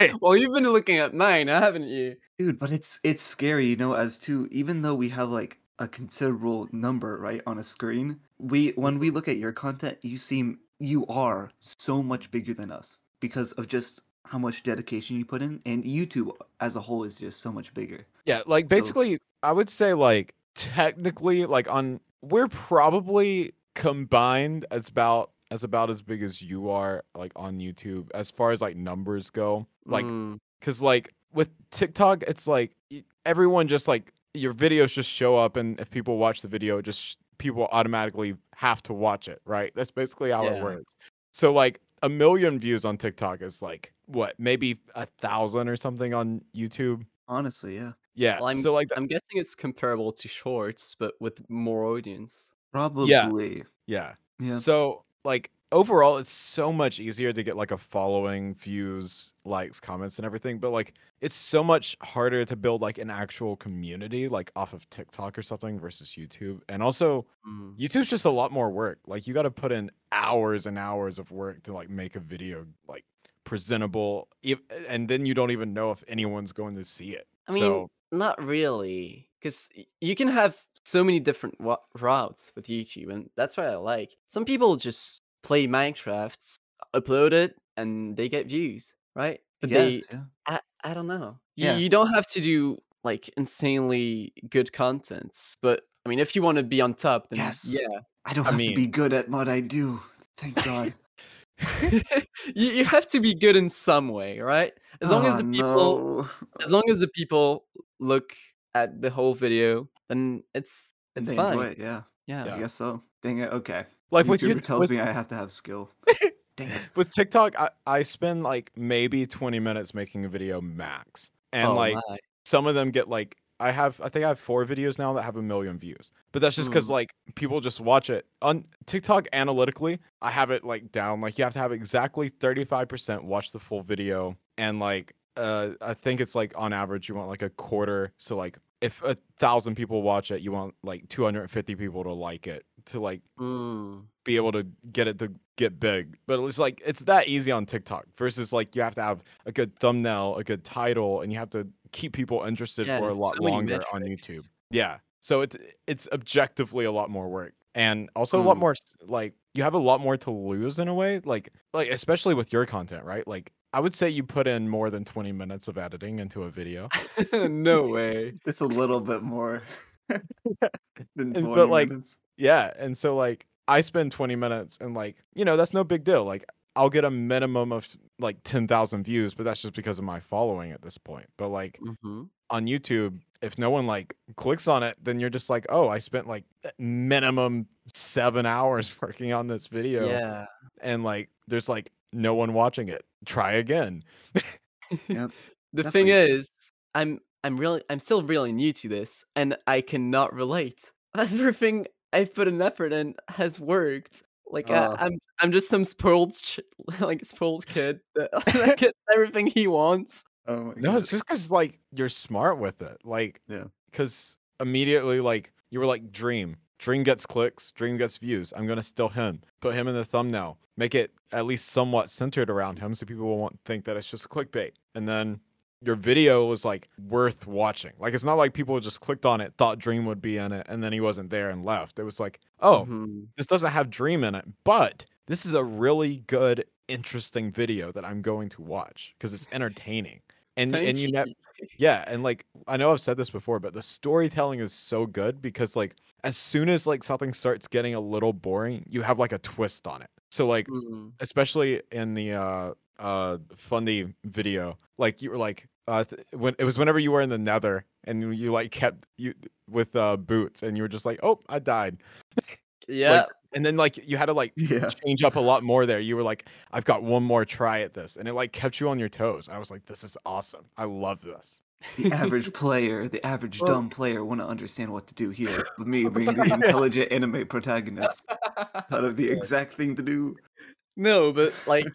B: no.
C: well, you've been looking at mine, haven't you?
B: Dude, but it's it's scary, you know, as to even though we have like a considerable number right on a screen, we when we look at your content, you seem you are so much bigger than us because of just how much dedication you put in, and YouTube as a whole is just so much bigger.
A: Yeah, like basically, I would say like technically, like on we're probably combined as about as about as big as you are, like on YouTube as far as like numbers go. Like,
C: Mm,
A: cause like with TikTok, it's like y- everyone just like your videos just show up, and if people watch the video, it just sh- people automatically have to watch it, right? That's basically how it
C: Yeah.
A: works. So like a million views on TikTok is like what maybe a thousand or something on YouTube.
B: Honestly, yeah.
A: Yeah.
C: Well,
A: so like
C: I'm guessing it's comparable to shorts, but with more audience.
B: Probably.
A: Yeah.
B: Yeah.
A: So like overall it's so much easier to get like a following, views, likes, comments and everything, but like it's so much harder to build like an actual community like off of TikTok or something versus YouTube. And also
C: Mm.
A: YouTube's just a lot more work. Like you got to put in hours and hours of work to like make a video like presentable ev- and then you don't even know if anyone's going to see it.
C: I mean,
A: so
C: not really, because you can have so many different wa- routes with YouTube, and that's what I like. Some people just play Minecraft, upload it, and they get views, right? But
B: Yes,
C: they,
B: yeah.
C: I, I don't know. You,
B: Yeah.
C: you don't have to do like insanely good contents, but I mean, if you want to be on top, then
B: Yes.
C: yeah,
B: I don't
A: I
B: have to be good at what I do. Thank God.
C: you, you have to be good in some way, right? As long as
B: Ah,
C: the people
B: no.
C: as long as the people look at the whole video, then it's it's
B: They
C: fine.
B: enjoy it, yeah,
C: Yeah.
B: I guess so. Dang it. Okay.
A: like
B: YouTuber
A: with you
B: tells
A: with
B: me I have to have skill. Dang it.
A: with TikTok, I, I spend like maybe 20 minutes making a video max. And
C: Oh
A: like
C: my.
A: some of them get like I have I think I have four videos now that have a million views. But that's just because
C: Mm.
A: like people just watch it. On TikTok analytically, I have it like down. Like you have to have exactly 35% watch the full video. And like uh I think it's like on average you want like a quarter. So like if a thousand people watch it, you want like 250 people to like it to like
C: Mm.
A: be able to get it to get big. But it's like it's that easy on TikTok versus like you have to have a good thumbnail, a good title, and you have to keep people interested
C: Yeah,
A: for a
C: it's
A: lot
C: so many
A: longer on YouTube.
C: metrics.
A: Yeah. So it's it's objectively a lot more work and also a lot
C: Mm.
A: more s- like you have a lot more to lose in a way like like especially with your content, right? Like I would say you put in more than 20 minutes of editing into a video.
C: no way.
B: It's a little bit more than
A: but,
B: 20
A: like,
B: minutes.
A: Yeah. And so like I spend 20 minutes and like, you know, that's no big deal. Like I'll get a minimum of like 10,000 views, but that's just because of my following at this point. But like
C: hmm
A: on YouTube, if no one like clicks on it, then you're just like, "Oh, I spent like a minimum 7 hours working on this video."
C: Yeah.
A: And like there's like no one watching it. Try again.
B: Yep,
C: the thing is, I'm I'm really I'm still really new to this, and I cannot relate. Everything I've put an effort in has worked. Like
B: Oh.
C: I, I'm I'm just some spoiled ch- like spoiled kid that, that gets everything he wants.
B: Oh my
A: No,
B: God.
A: it's just because like you're smart with it. Like,
B: Yeah.
A: Because immediately, like you were like, Dream, Dream gets clicks, Dream gets views. I'm gonna steal him, put him in the thumbnail, make it at least somewhat centered around him, so people won't think that it's just clickbait. And then your video was like worth watching. Like it's not like people just clicked on it, thought Dream would be in it, and then he wasn't there and left. It was like, oh,
C: Mhm.
A: this doesn't have dream in it, but this is a really good, interesting video that I'm going to watch because it's entertaining. And
C: Thank
A: and you, ne- yeah, and like I know I've said this before, but the storytelling is so good because like as soon as like something starts getting a little boring, you have like a twist on it. So like
C: Mm.
A: especially in the uh uh fundy video like you were like uh th- when it was whenever you were in the nether and you like kept you with uh boots and you were just like oh i died
C: Yeah.
A: and then like you had to like
B: yeah.
A: change up a lot more there. You were like, I've got one more try at this. And it like kept you on your toes. I was like, this is awesome. I love this.
B: The average player, the average
C: Well-
B: dumb player, want to understand what to do here. But me being the intelligent anime protagonist, thought of the exact thing to do.
C: No, but like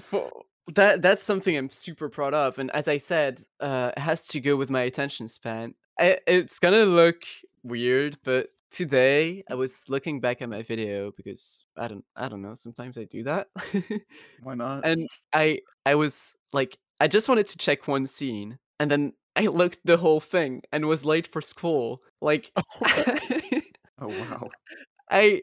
C: for that that's something I'm super proud of. And as I said, uh it has to go with my attention span. I, it's gonna look weird, but today I was looking back at my video because I don't I don't know, sometimes I do that.
B: Why not?
C: and I I was like I just wanted to check one scene and then I looked the whole thing and was late for school. Like
B: oh wow.
C: I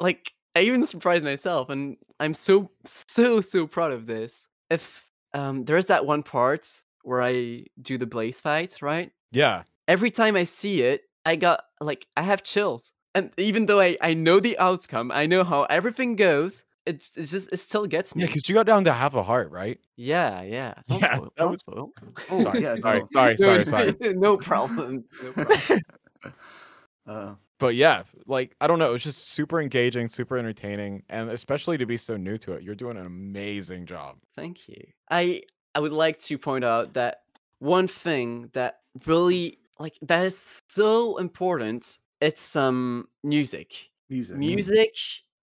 C: like I even surprised myself and I'm so so so proud of this. If um there's that one part where I do the blaze fight, right?
A: Yeah.
C: Every time I see it, I got like I have chills. And even though I I know the outcome, I know how everything goes, it, it just it still gets me.
A: Yeah. Cause you got down to half a heart, right?
C: Yeah, yeah. Don't
A: Yeah,
C: spoil.
A: that
C: Don't
A: was-
C: spoil.
B: Oh
A: sorry,
B: yeah.
A: sorry,
B: no.
A: sorry, sorry,
C: No,
A: sorry.
C: no problem. No problem.
B: Uh,
A: But yeah, like I don't know, it was just super engaging, super entertaining, and especially to be so new to it. You're doing an amazing job.
C: Thank you. I I would like to point out that one thing that really like that is so important. It's um music.
B: music.
C: Music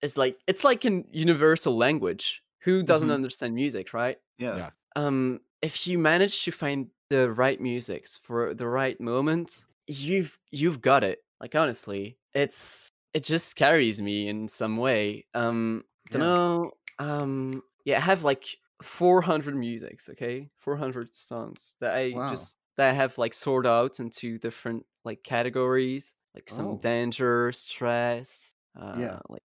C: is like it's like an universal language. Who doesn't
B: Mhm.
C: understand music, right?
B: Yeah.
A: Yeah.
C: Um, if you manage to find the right music for the right moment, you've you've got it. Like honestly, it's it just carries me in some way. Um,
B: Yeah.
C: don't know. Um, yeah, I have like 400 musics, okay, 400 songs that I
B: Wow.
C: just that I have like sorted out into different like categories, like some
B: Oh.
C: danger, stress, uh,
B: Yeah.
C: like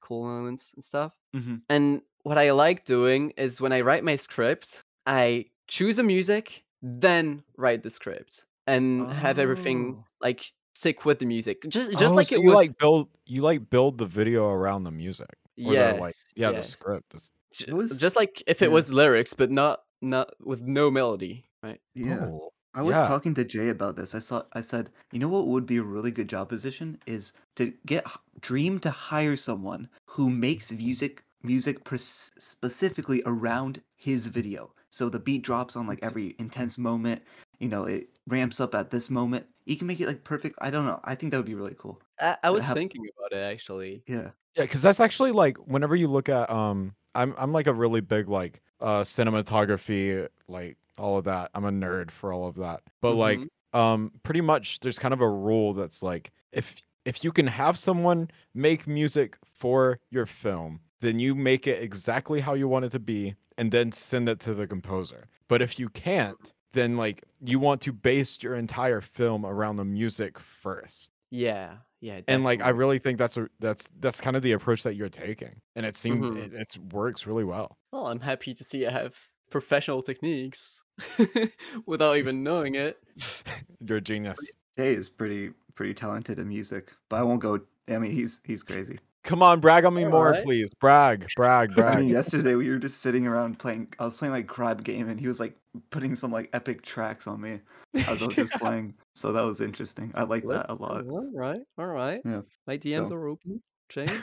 C: cool moments and stuff.
B: Mhm.
C: And what I like doing is when I write my script, I choose a music, then write the script, and have everything
B: Oh.
C: like stick with the music, just just
A: Oh,
C: like
A: so
C: it
A: you
C: was.
A: like build you like build the video around the music. Or
C: yes,
A: the, like yeah,
C: yes.
A: the script. is-
C: J-
B: It was-
C: just like if it
B: yeah.
C: was lyrics, but not not with no melody, right?
B: Yeah.
A: Oh,
B: I was
A: yeah.
B: talking to Jay about this. I saw. I said, you know what would be a really good job position is to get h- Dream to hire someone who makes music music pres- specifically around his video. So the beat drops on like every intense moment. You know, it ramps up at this moment. You can make it like perfect. I don't know. I think that would be really cool.
C: I, I was
B: have-
C: thinking about it actually.
B: Yeah.
A: Yeah, because that's actually like whenever you look at um, I'm I'm like a really big like uh cinematography like all of that. I'm a nerd for all of that. But like um, pretty much there's kind of a rule that's like if if you can have someone make music for your film, then you make it exactly how you want it to be and then send it to the composer. But if you can't, then like you want to base your entire film around the music first.
C: Yeah, yeah.
A: And like I
C: definitely.
A: really think that's a, that's that's kind of the approach that you're taking. And it seems
C: Mhm.
A: it, it's works really well.
C: well, I'm happy to see I have professional techniques without even knowing it.
A: you're a genius.
B: Jay is pretty pretty talented in music, but I won't go. I mean, he's he's crazy.
A: Come on, brag on me
C: All
A: more,
C: right.
A: please. Brag, brag,
B: I
A: brag.
B: mean, yesterday we were just sitting around playing. I was playing like Crab Game, and he was like putting some like epic tracks on me as I was just playing. So that was interesting. I like that a lot.
C: All right, all right.
B: Yeah,
C: My DMs
B: so-
C: are open. James.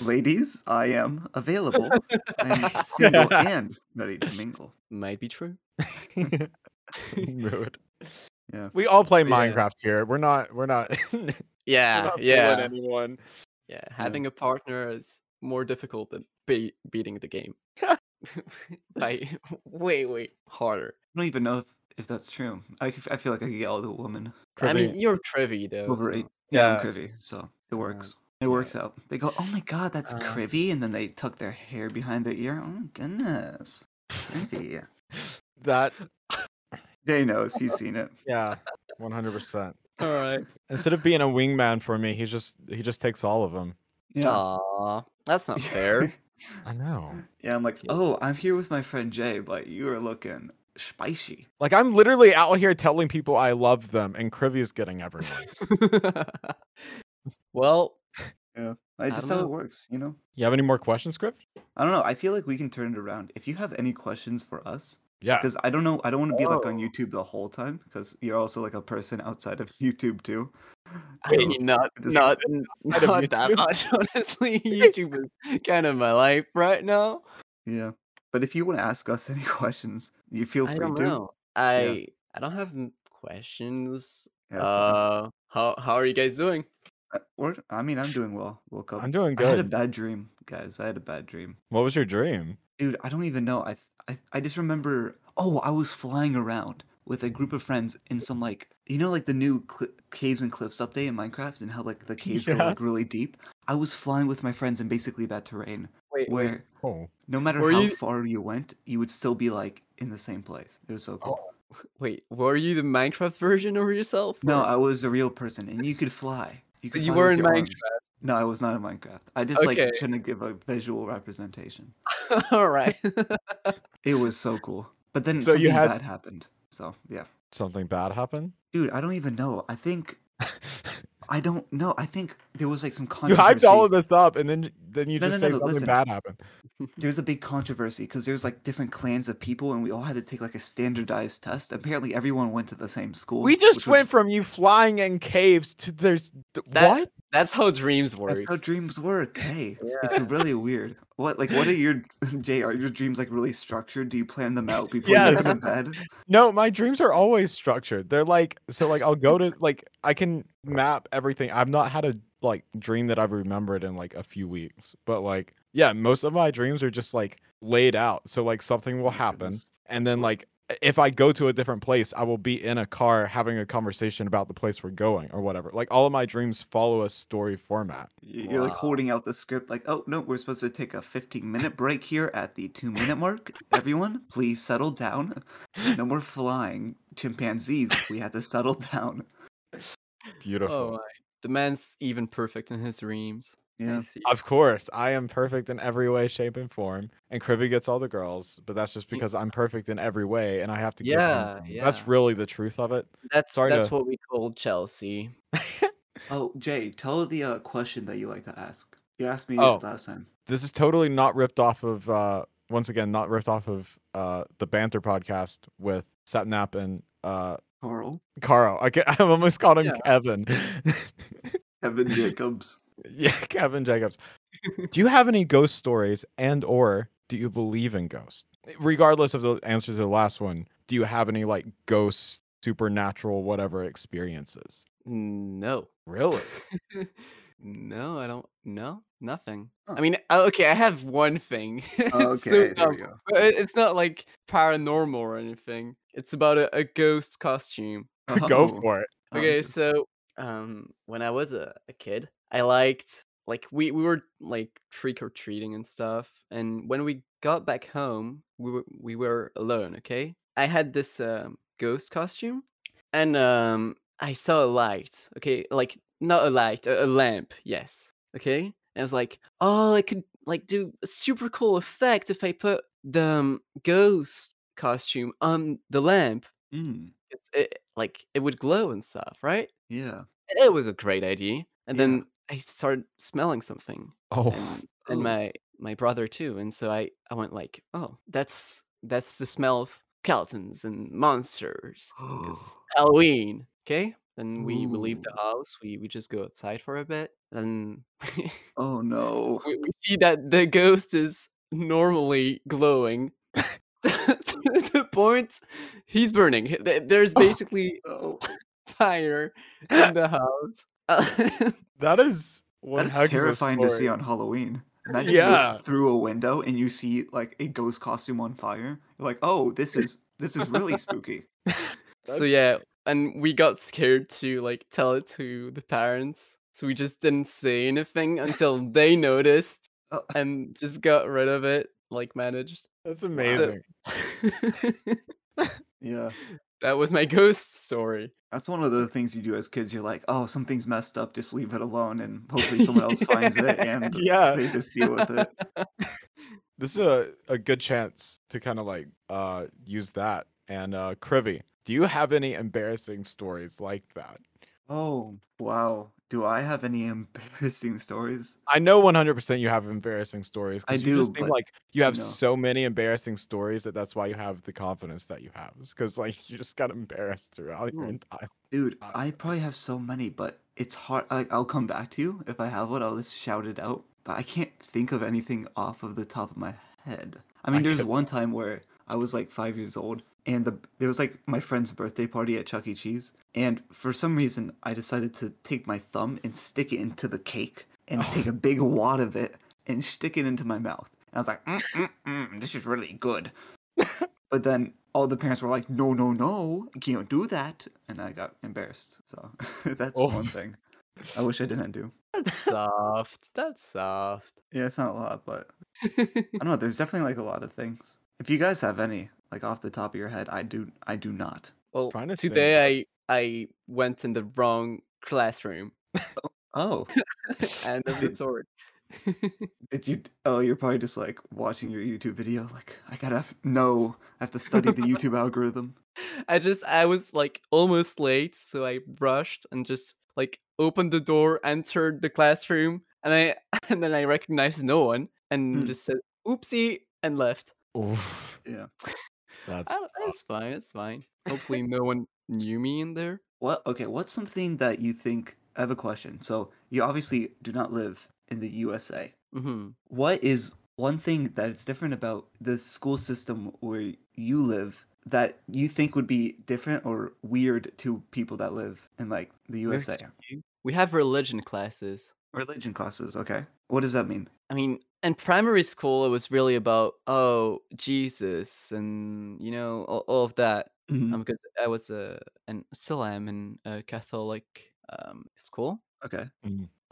B: Ladies, I am available. I'm single and ready to mingle.
C: Might be true.
A: Rude.
B: Yeah.
A: We all play
C: Yeah.
A: Minecraft here. We're not. We're not. we're
C: Yeah,
A: not fooling
C: yeah,
A: Anyone.
C: yeah. Having a partner is more difficult than be- beating the game. By way, way harder.
B: I don't even know if, if that's true. I, could- I feel like I could get all the women
C: I
A: Crivy.
C: mean, you're Trivy though.
B: over
C: so-
B: eight. Yeah,
A: Yeah.
B: I'm
A: Um
B: privy, so it works. It works out. They go, oh my god, that's
C: Uh,
B: Crivy, and then they tuck their hair behind their ear. Oh my goodness, Crivy.
A: that.
B: Jay knows he's seen it.
A: Yeah. One hundred percent.
C: All right.
A: Instead of being a wingman for me, he's just he just takes all of them.
B: Yeah,
C: Aw, that's not fair.
A: I know.
B: yeah. I'm like,
C: Yeah.
B: oh, I'm here with my friend Jay, but you are looking spicy.
A: Like I'm literally out here telling people I love them, and Crivy's getting everyone.
C: well,
B: Like,
C: I
B: that's
C: don't
B: how
C: know.
B: it works, you know.
A: You have any more questions, Criv?
B: I don't know. I feel like we can turn it around. If you have any questions for us,
A: Yeah.
B: because I don't know, I don't want to be like on
C: Ah. Oh.
B: YouTube the whole time, because you're also like a person outside of YouTube too.
C: I
B: So-
C: mean, not
B: Just-
C: not
A: outside of
C: not that
A: YouTube.
C: much. Honestly, YouTube is kind of my life right now.
B: Yeah. But if you want to ask us any questions, you feel free
C: I don't
B: to.
C: know. I I don't have m- questions.
B: Yeah, it's fine.
C: uh, how how are you guys doing?
B: Uh, we're- I mean, I'm doing well. Woke up.
A: I'm doing
B: I had a
A: good.
B: bad dream, guys. I had a bad dream.
A: What was your dream?
B: Dude, I don't even know. I, th- I I just remember. Oh, I was flying around with a group of friends in some like you know like the new cl- caves and cliffs update in Minecraft and how like the caves
A: Yeah.
B: go like really deep. I was flying with my friends in basically that terrain
C: Wait,
B: where
A: Oh,
B: no matter
C: Were
B: how
C: you-
B: far you went, you would still be like in the same place. It was
C: Oh,
B: so cool.
C: wait, were you the Minecraft version of yourself?
B: No,
C: or-
B: I was a real person, and you could fly.
C: but
B: could
C: you
B: fly
C: were
B: with
C: in
B: your
C: Minecraft.
B: arms. No, I was not in Minecraft. I just
C: Okay.
B: like trying to give a visual representation.
C: All right.
B: It was so cool. But then
A: So
B: something
A: you had-
B: bad happened. So yeah,
A: something bad happened.
B: dude, I don't even know. I think I don't know. I think there was like some
A: you
B: controversy.
A: hyped all of this up, and then then you
B: No, no,
A: just
B: no,
A: say
B: no,
A: something
B: listen.
A: bad happened.
B: There was a big controversy because there's like different clans of people, and we all had to take like a standardized test. Apparently, everyone went to the same school.
A: We just
B: which was-
A: went from you flying in caves to there's th-
C: That-
A: what?
C: That's how dreams work.
B: That's how dreams work. Hey, it's really weird. What like what are your Jay? Are your dreams like really structured? Do you plan them out before you
A: Yes.
B: go to bed?
A: No, my dreams are always structured. They're like so like I'll go to like I can map everything. I've not had a like dream that I've remembered in like a few weeks. But like yeah, most of my dreams are just like laid out. So like something will
B: my
A: happen
B: goodness.
A: and then like if I go to a different place, I will be in a car having a conversation about the place we're going or whatever. Like all of my dreams follow a story format.
B: Y- You're like
C: Wow.
B: holding out the script, like, oh no, we're supposed to take a 15 minute break here at the two minute mark. Everyone, please settle down. No more flying chimpanzees. We had to settle down.
A: Beautiful.
C: Oh my. The man's even perfect in his dreams. I
B: Yeah,
C: see.
A: Of course, I am perfect in every way, shape, and form, and Krivy gets all the girls. But that's just because I'm perfect in every way, and I have to. give him
C: Yeah,
A: some. That's
C: yeah.
A: really the truth of it.
C: That's
A: sorry
C: that's
A: to-
C: what we call Chelsea.
B: Oh, Jay, tell the uh, question that you like to ask. You asked me
A: Oh.
B: last time.
A: This is totally not ripped off of. Uh, once again, not ripped off of uh, the banter podcast with Sapnap and uh,
B: Carl,
A: Carl. I, ca- I almost called him
C: Yeah.
A: Kevin.
B: Evan Jacobs.
A: yeah, Kevin Jacobs. do you have any ghost stories, and or do you believe in ghosts? Eh, Regardless of the answer to the last one, do you have any like ghost, supernatural, whatever experiences?
C: No.
A: Really?
C: no, I don't. No, nothing.
B: Huh.
C: I mean, uh, okay, I have one thing.
B: Okay,
C: It's so
B: there
A: um,
C: dumb,
B: we go.
C: but it- it's not like paranormal or anything. It's about a, a ghost costume.
A: Go for it.
B: Oh,
C: Okay, so um when I was a, a kid, I liked like we, we were like trick or treating and stuff. And when we got back home, we were we were alone, okay? I had this um ghost costume and um I saw a light, okay? Like not a light, a, a lamp, yes. Okay? And I was like, "Oh, I could like do a super cool effect if I put the um, ghost costume on the lamp."
B: Mm,
C: 'cause It, like it would glow and stuff, right?
B: yeah.
C: it was a great idea. And
B: Yeah.
C: then I started smelling something,
A: Oh,
C: and, and
B: Ooh.
C: my my brother too. And so I I went like, oh, that's that's the smell of skeletons and monsters. 'cause Halloween, okay. Then we, we leave the house. We we just go outside for a bit. Then we,
B: Oh no.
C: we see that the ghost is normally glowing. to the point he's burning. Th- There's
A: Oh.
C: basically
B: Oh,
C: fire in the house. Uh,
A: that is one
B: that's
A: heck of a
B: terrifying to see
A: story.
B: on Halloween. Imagine you
A: Yeah.
B: look through a window and you see like a ghost costume on fire. You're like, oh, this is this is really spooky.
C: so
A: That's-
C: yeah, and we got scared to like tell it to the parents, so we just didn't say anything until they noticed
B: Oh.
C: and just got rid of it, like managed.
A: That's amazing.
B: Yeah.
C: that was my ghost story.
B: That's one of the things you do as kids. You're like, oh, something's messed up. Just leave it alone, and hopefully someone else finds it and they
A: Yeah,
B: just deal with it.
A: this is a, a good chance to kind of like uh use that. And uh Krivy, do you have any embarrassing stories like that?
B: Oh wow. Do I have any embarrassing stories?
A: I know 100% you have embarrassing stories. 'cause
B: I
A: you just
B: do,
A: seem
B: but,
A: like you have
B: know.
A: so many embarrassing stories that that's why you have the confidence that you have. Because like you just got embarrassed throughout your
B: Ooh.
A: entire.
B: Dude,
A: Uh,
B: I probably have so many, but it's hard. I, I'll come back to you if I have one. I'll just shout it out. But I can't think of anything off of the top of my head. I
A: I
B: mean, there's
A: could-
B: one time where I was like five years old, and the there was like my friend's birthday party at Chuck E. Cheese, and for some reason I decided to take my thumb and stick it into the cake and
A: Oh.
B: take a big wad of it and stick it into my mouth. And I was like, mm, mm, mm, "This is really good." But then all the parents were like, "No, no, no, you can't do that," and I got embarrassed. So that's
A: Oh.
B: one thing I wish I didn't do.
C: That's soft. That's soft.
B: Yeah, it's not a lot, but I don't know. There's definitely like a lot of things. If you guys have any, like off the top of your head, I do. I do not.
C: well,
A: Trying to think.
C: today I I went in the wrong classroom
B: Oh,
C: and of the sword.
B: did you? Oh, you're probably just like watching your YouTube video. Like I gotta have, no. I have to study the YouTube algorithm.
C: I just I was like almost late, so I rushed and just like opened the door, entered the classroom, and I and then I recognized no one and
B: Hmm.
C: just said oopsie and left.
A: Oof,
B: Yeah.
A: that's
C: Oh,
A: tough.
C: That's fine, it's fine. Hopefully no one knew me in there.
B: What? Okay. What's something that you think? I have a question. So you obviously do not live in the USA.
C: hmm
B: what is one thing that it's different about the school system where you live that you think would be different or weird to people that live in like the USA?
C: We have religion classes.
B: Religion classes, okay. What does that mean?
C: I mean, in primary school it was really about oh Jesus and you know all, all of that.
A: Mm-hmm.
B: Mm-hmm.
C: Um, because I was a and still am in a Catholic um school.
B: Okay.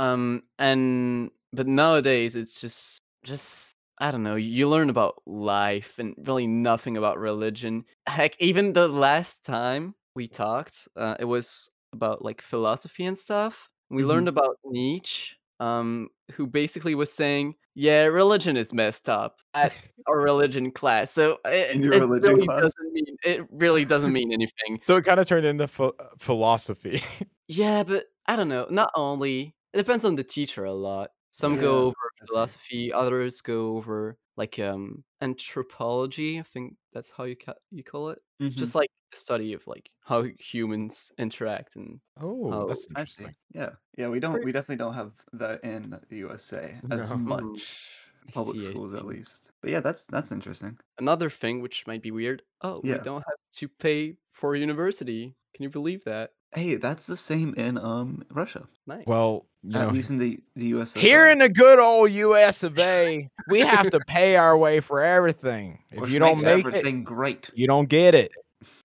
C: um and but nowadays it's just just i don't know you learn about life and really nothing about religion heck even the last time we talked uh, it was about like philosophy and stuff we
B: Mhm.
C: learned about nietzsche um who basically was saying yeah religion is messed up at our religion class so it,
B: In your
C: it
B: religion
C: really
B: class?
C: doesn't mean it really doesn't mean anything
A: So it kind of turned into ph- philosophy.
C: yeah, but I don't know. Not only it depends on the teacher a lot. Some
B: Yeah,
C: go over
B: I see.
C: philosophy, others go over like um anthropology. I think that's how you ca- you call it.
B: Mm-hmm.
C: Just like the study of like how humans interact and
A: Oh,
C: Oh,
A: that's
B: I see.
A: interesting.
B: Yeah. Yeah, we don't
C: Pretty-
B: we definitely don't have that in the USA as
A: No.
C: Mm.
B: much.
C: I
B: Public
C: see, I
B: schools at
C: see.
B: least. But yeah, that's that's interesting.
C: another thing which might be weird. Oh, we
B: Yeah.
C: don't have to pay for university. Can you believe that?
B: Hey, that's the same in um Russia.
C: Nice.
A: Well, you
B: At
A: know,
B: least in the, the USA.
A: Here
B: sorry.
A: in the good old U.S. of A, we have to pay our way for everything. If
B: Which
A: you don't
B: makes
A: make it,
B: everything great.
A: you don't get it.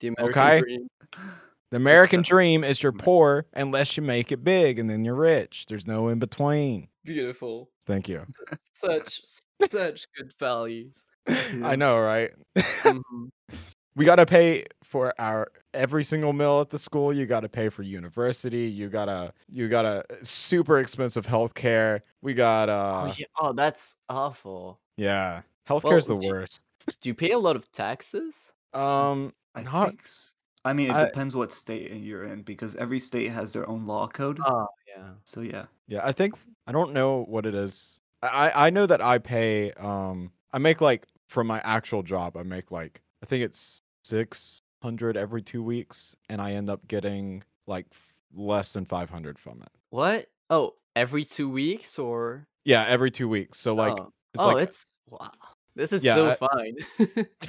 C: the American
A: okay.
C: dream.
A: The American
B: the-
A: dream is you're poor unless you make it big and then you're rich. There's no in between.
C: Beautiful.
A: Thank you.
C: Such such good values.
A: I know, right?
C: Mhm.
A: we got to pay for our every single meal at the school you got to pay for university you got to you got to super expensive health care we got uh
C: oh, yeah. oh, that's awful.
A: yeah healthcare's
C: Well,
A: the
C: Mm. do you-
A: worst
C: Do you pay a lot of taxes?
A: um
B: I
A: Not-
B: think. s- I mean, it
A: I-
B: depends what state you're in because every state has their own law code.
A: Uh,
C: Oh yeah.
B: so yeah,
A: yeah i think i don't know what it is i i I know that i pay um i make like from my actual job i make like i think it's 600 every 2 weeks and i end up getting like f- less than 500 from it
C: What? Oh, every two weeks or
A: yeah every 2 weeks so like
C: oh,
A: it's
C: oh,
A: like
C: it's wow. This is
A: Yeah,
C: so
A: I-
C: fine.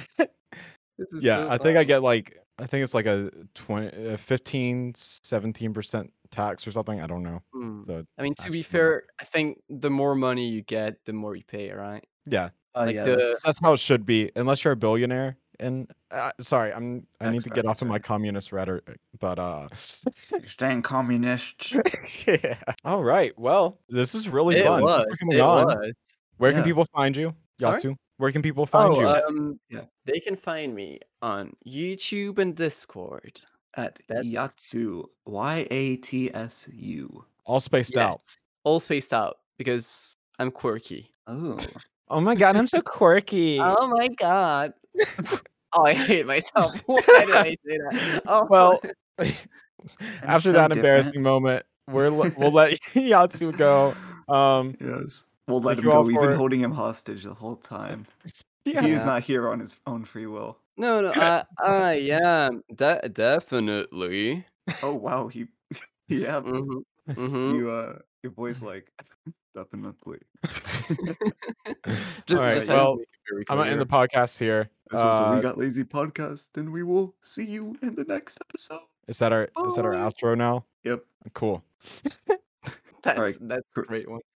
C: this is
A: yeah
C: so
A: i think i
C: fine.
A: get like i think it's like a 20 uh, 15 17% tax or something i don't know
C: Mm.
A: the
C: I mean, to be
A: actual number.
C: fair, I think the more money you get, the more you pay, right?
A: yeah
B: uh,
C: Like
B: yeah,
C: the-
B: that's-
A: that's how it should be unless you're a billionaire and uh, sorry i'm i need
B: Tax
A: to get off of my
B: brackets,
A: communist rhetoric but uh
B: Stand communist.
A: yeah all right well this is really
C: it
A: fun Thanks for
C: was.
A: coming
C: it
A: on.
C: was.
A: where can
B: Yeah.
A: people find you
C: Sorry?
A: yatsu where can people find
C: oh,
A: you
C: um,
B: Yeah.
C: they can find me on YouTube and Discord.
B: At
C: That's-
B: Yatsu, Y A T S U.
A: all spaced out
C: Yes, all spaced out because I'm quirky.
B: Oh,
A: oh my god i'm so quirky
C: Oh my god. oh, I hate myself. Why did I say that? Oh,
A: well after that
B: so different.
A: embarrassing moment we're l- we'll let yatsu go um
B: yes. We'll let
A: Thank
B: him
A: you
B: go.
A: all
B: We've
A: for-
B: been holding him hostage the whole time.
A: yeah.
B: He is
C: Yeah.
B: not here on his own free will.
C: no, no, I, I am de- definitely.
B: Oh wow, he, yeah,
C: hmm
A: Mm-hmm.
C: hmm
B: you uh, your boy's like definitely.
C: Just,
A: All right,
C: just
A: well,
C: very
A: I'm gonna end the
C: clear.
A: podcast here.
B: This was a
A: Uh,
B: We Got Lazy podcast, and we will see you in the next episode.
A: is that our is that our
C: Bye.
A: outro now?
B: Yep.
A: Cool.
C: That's
B: right,
C: that's a
B: cor-
C: great one.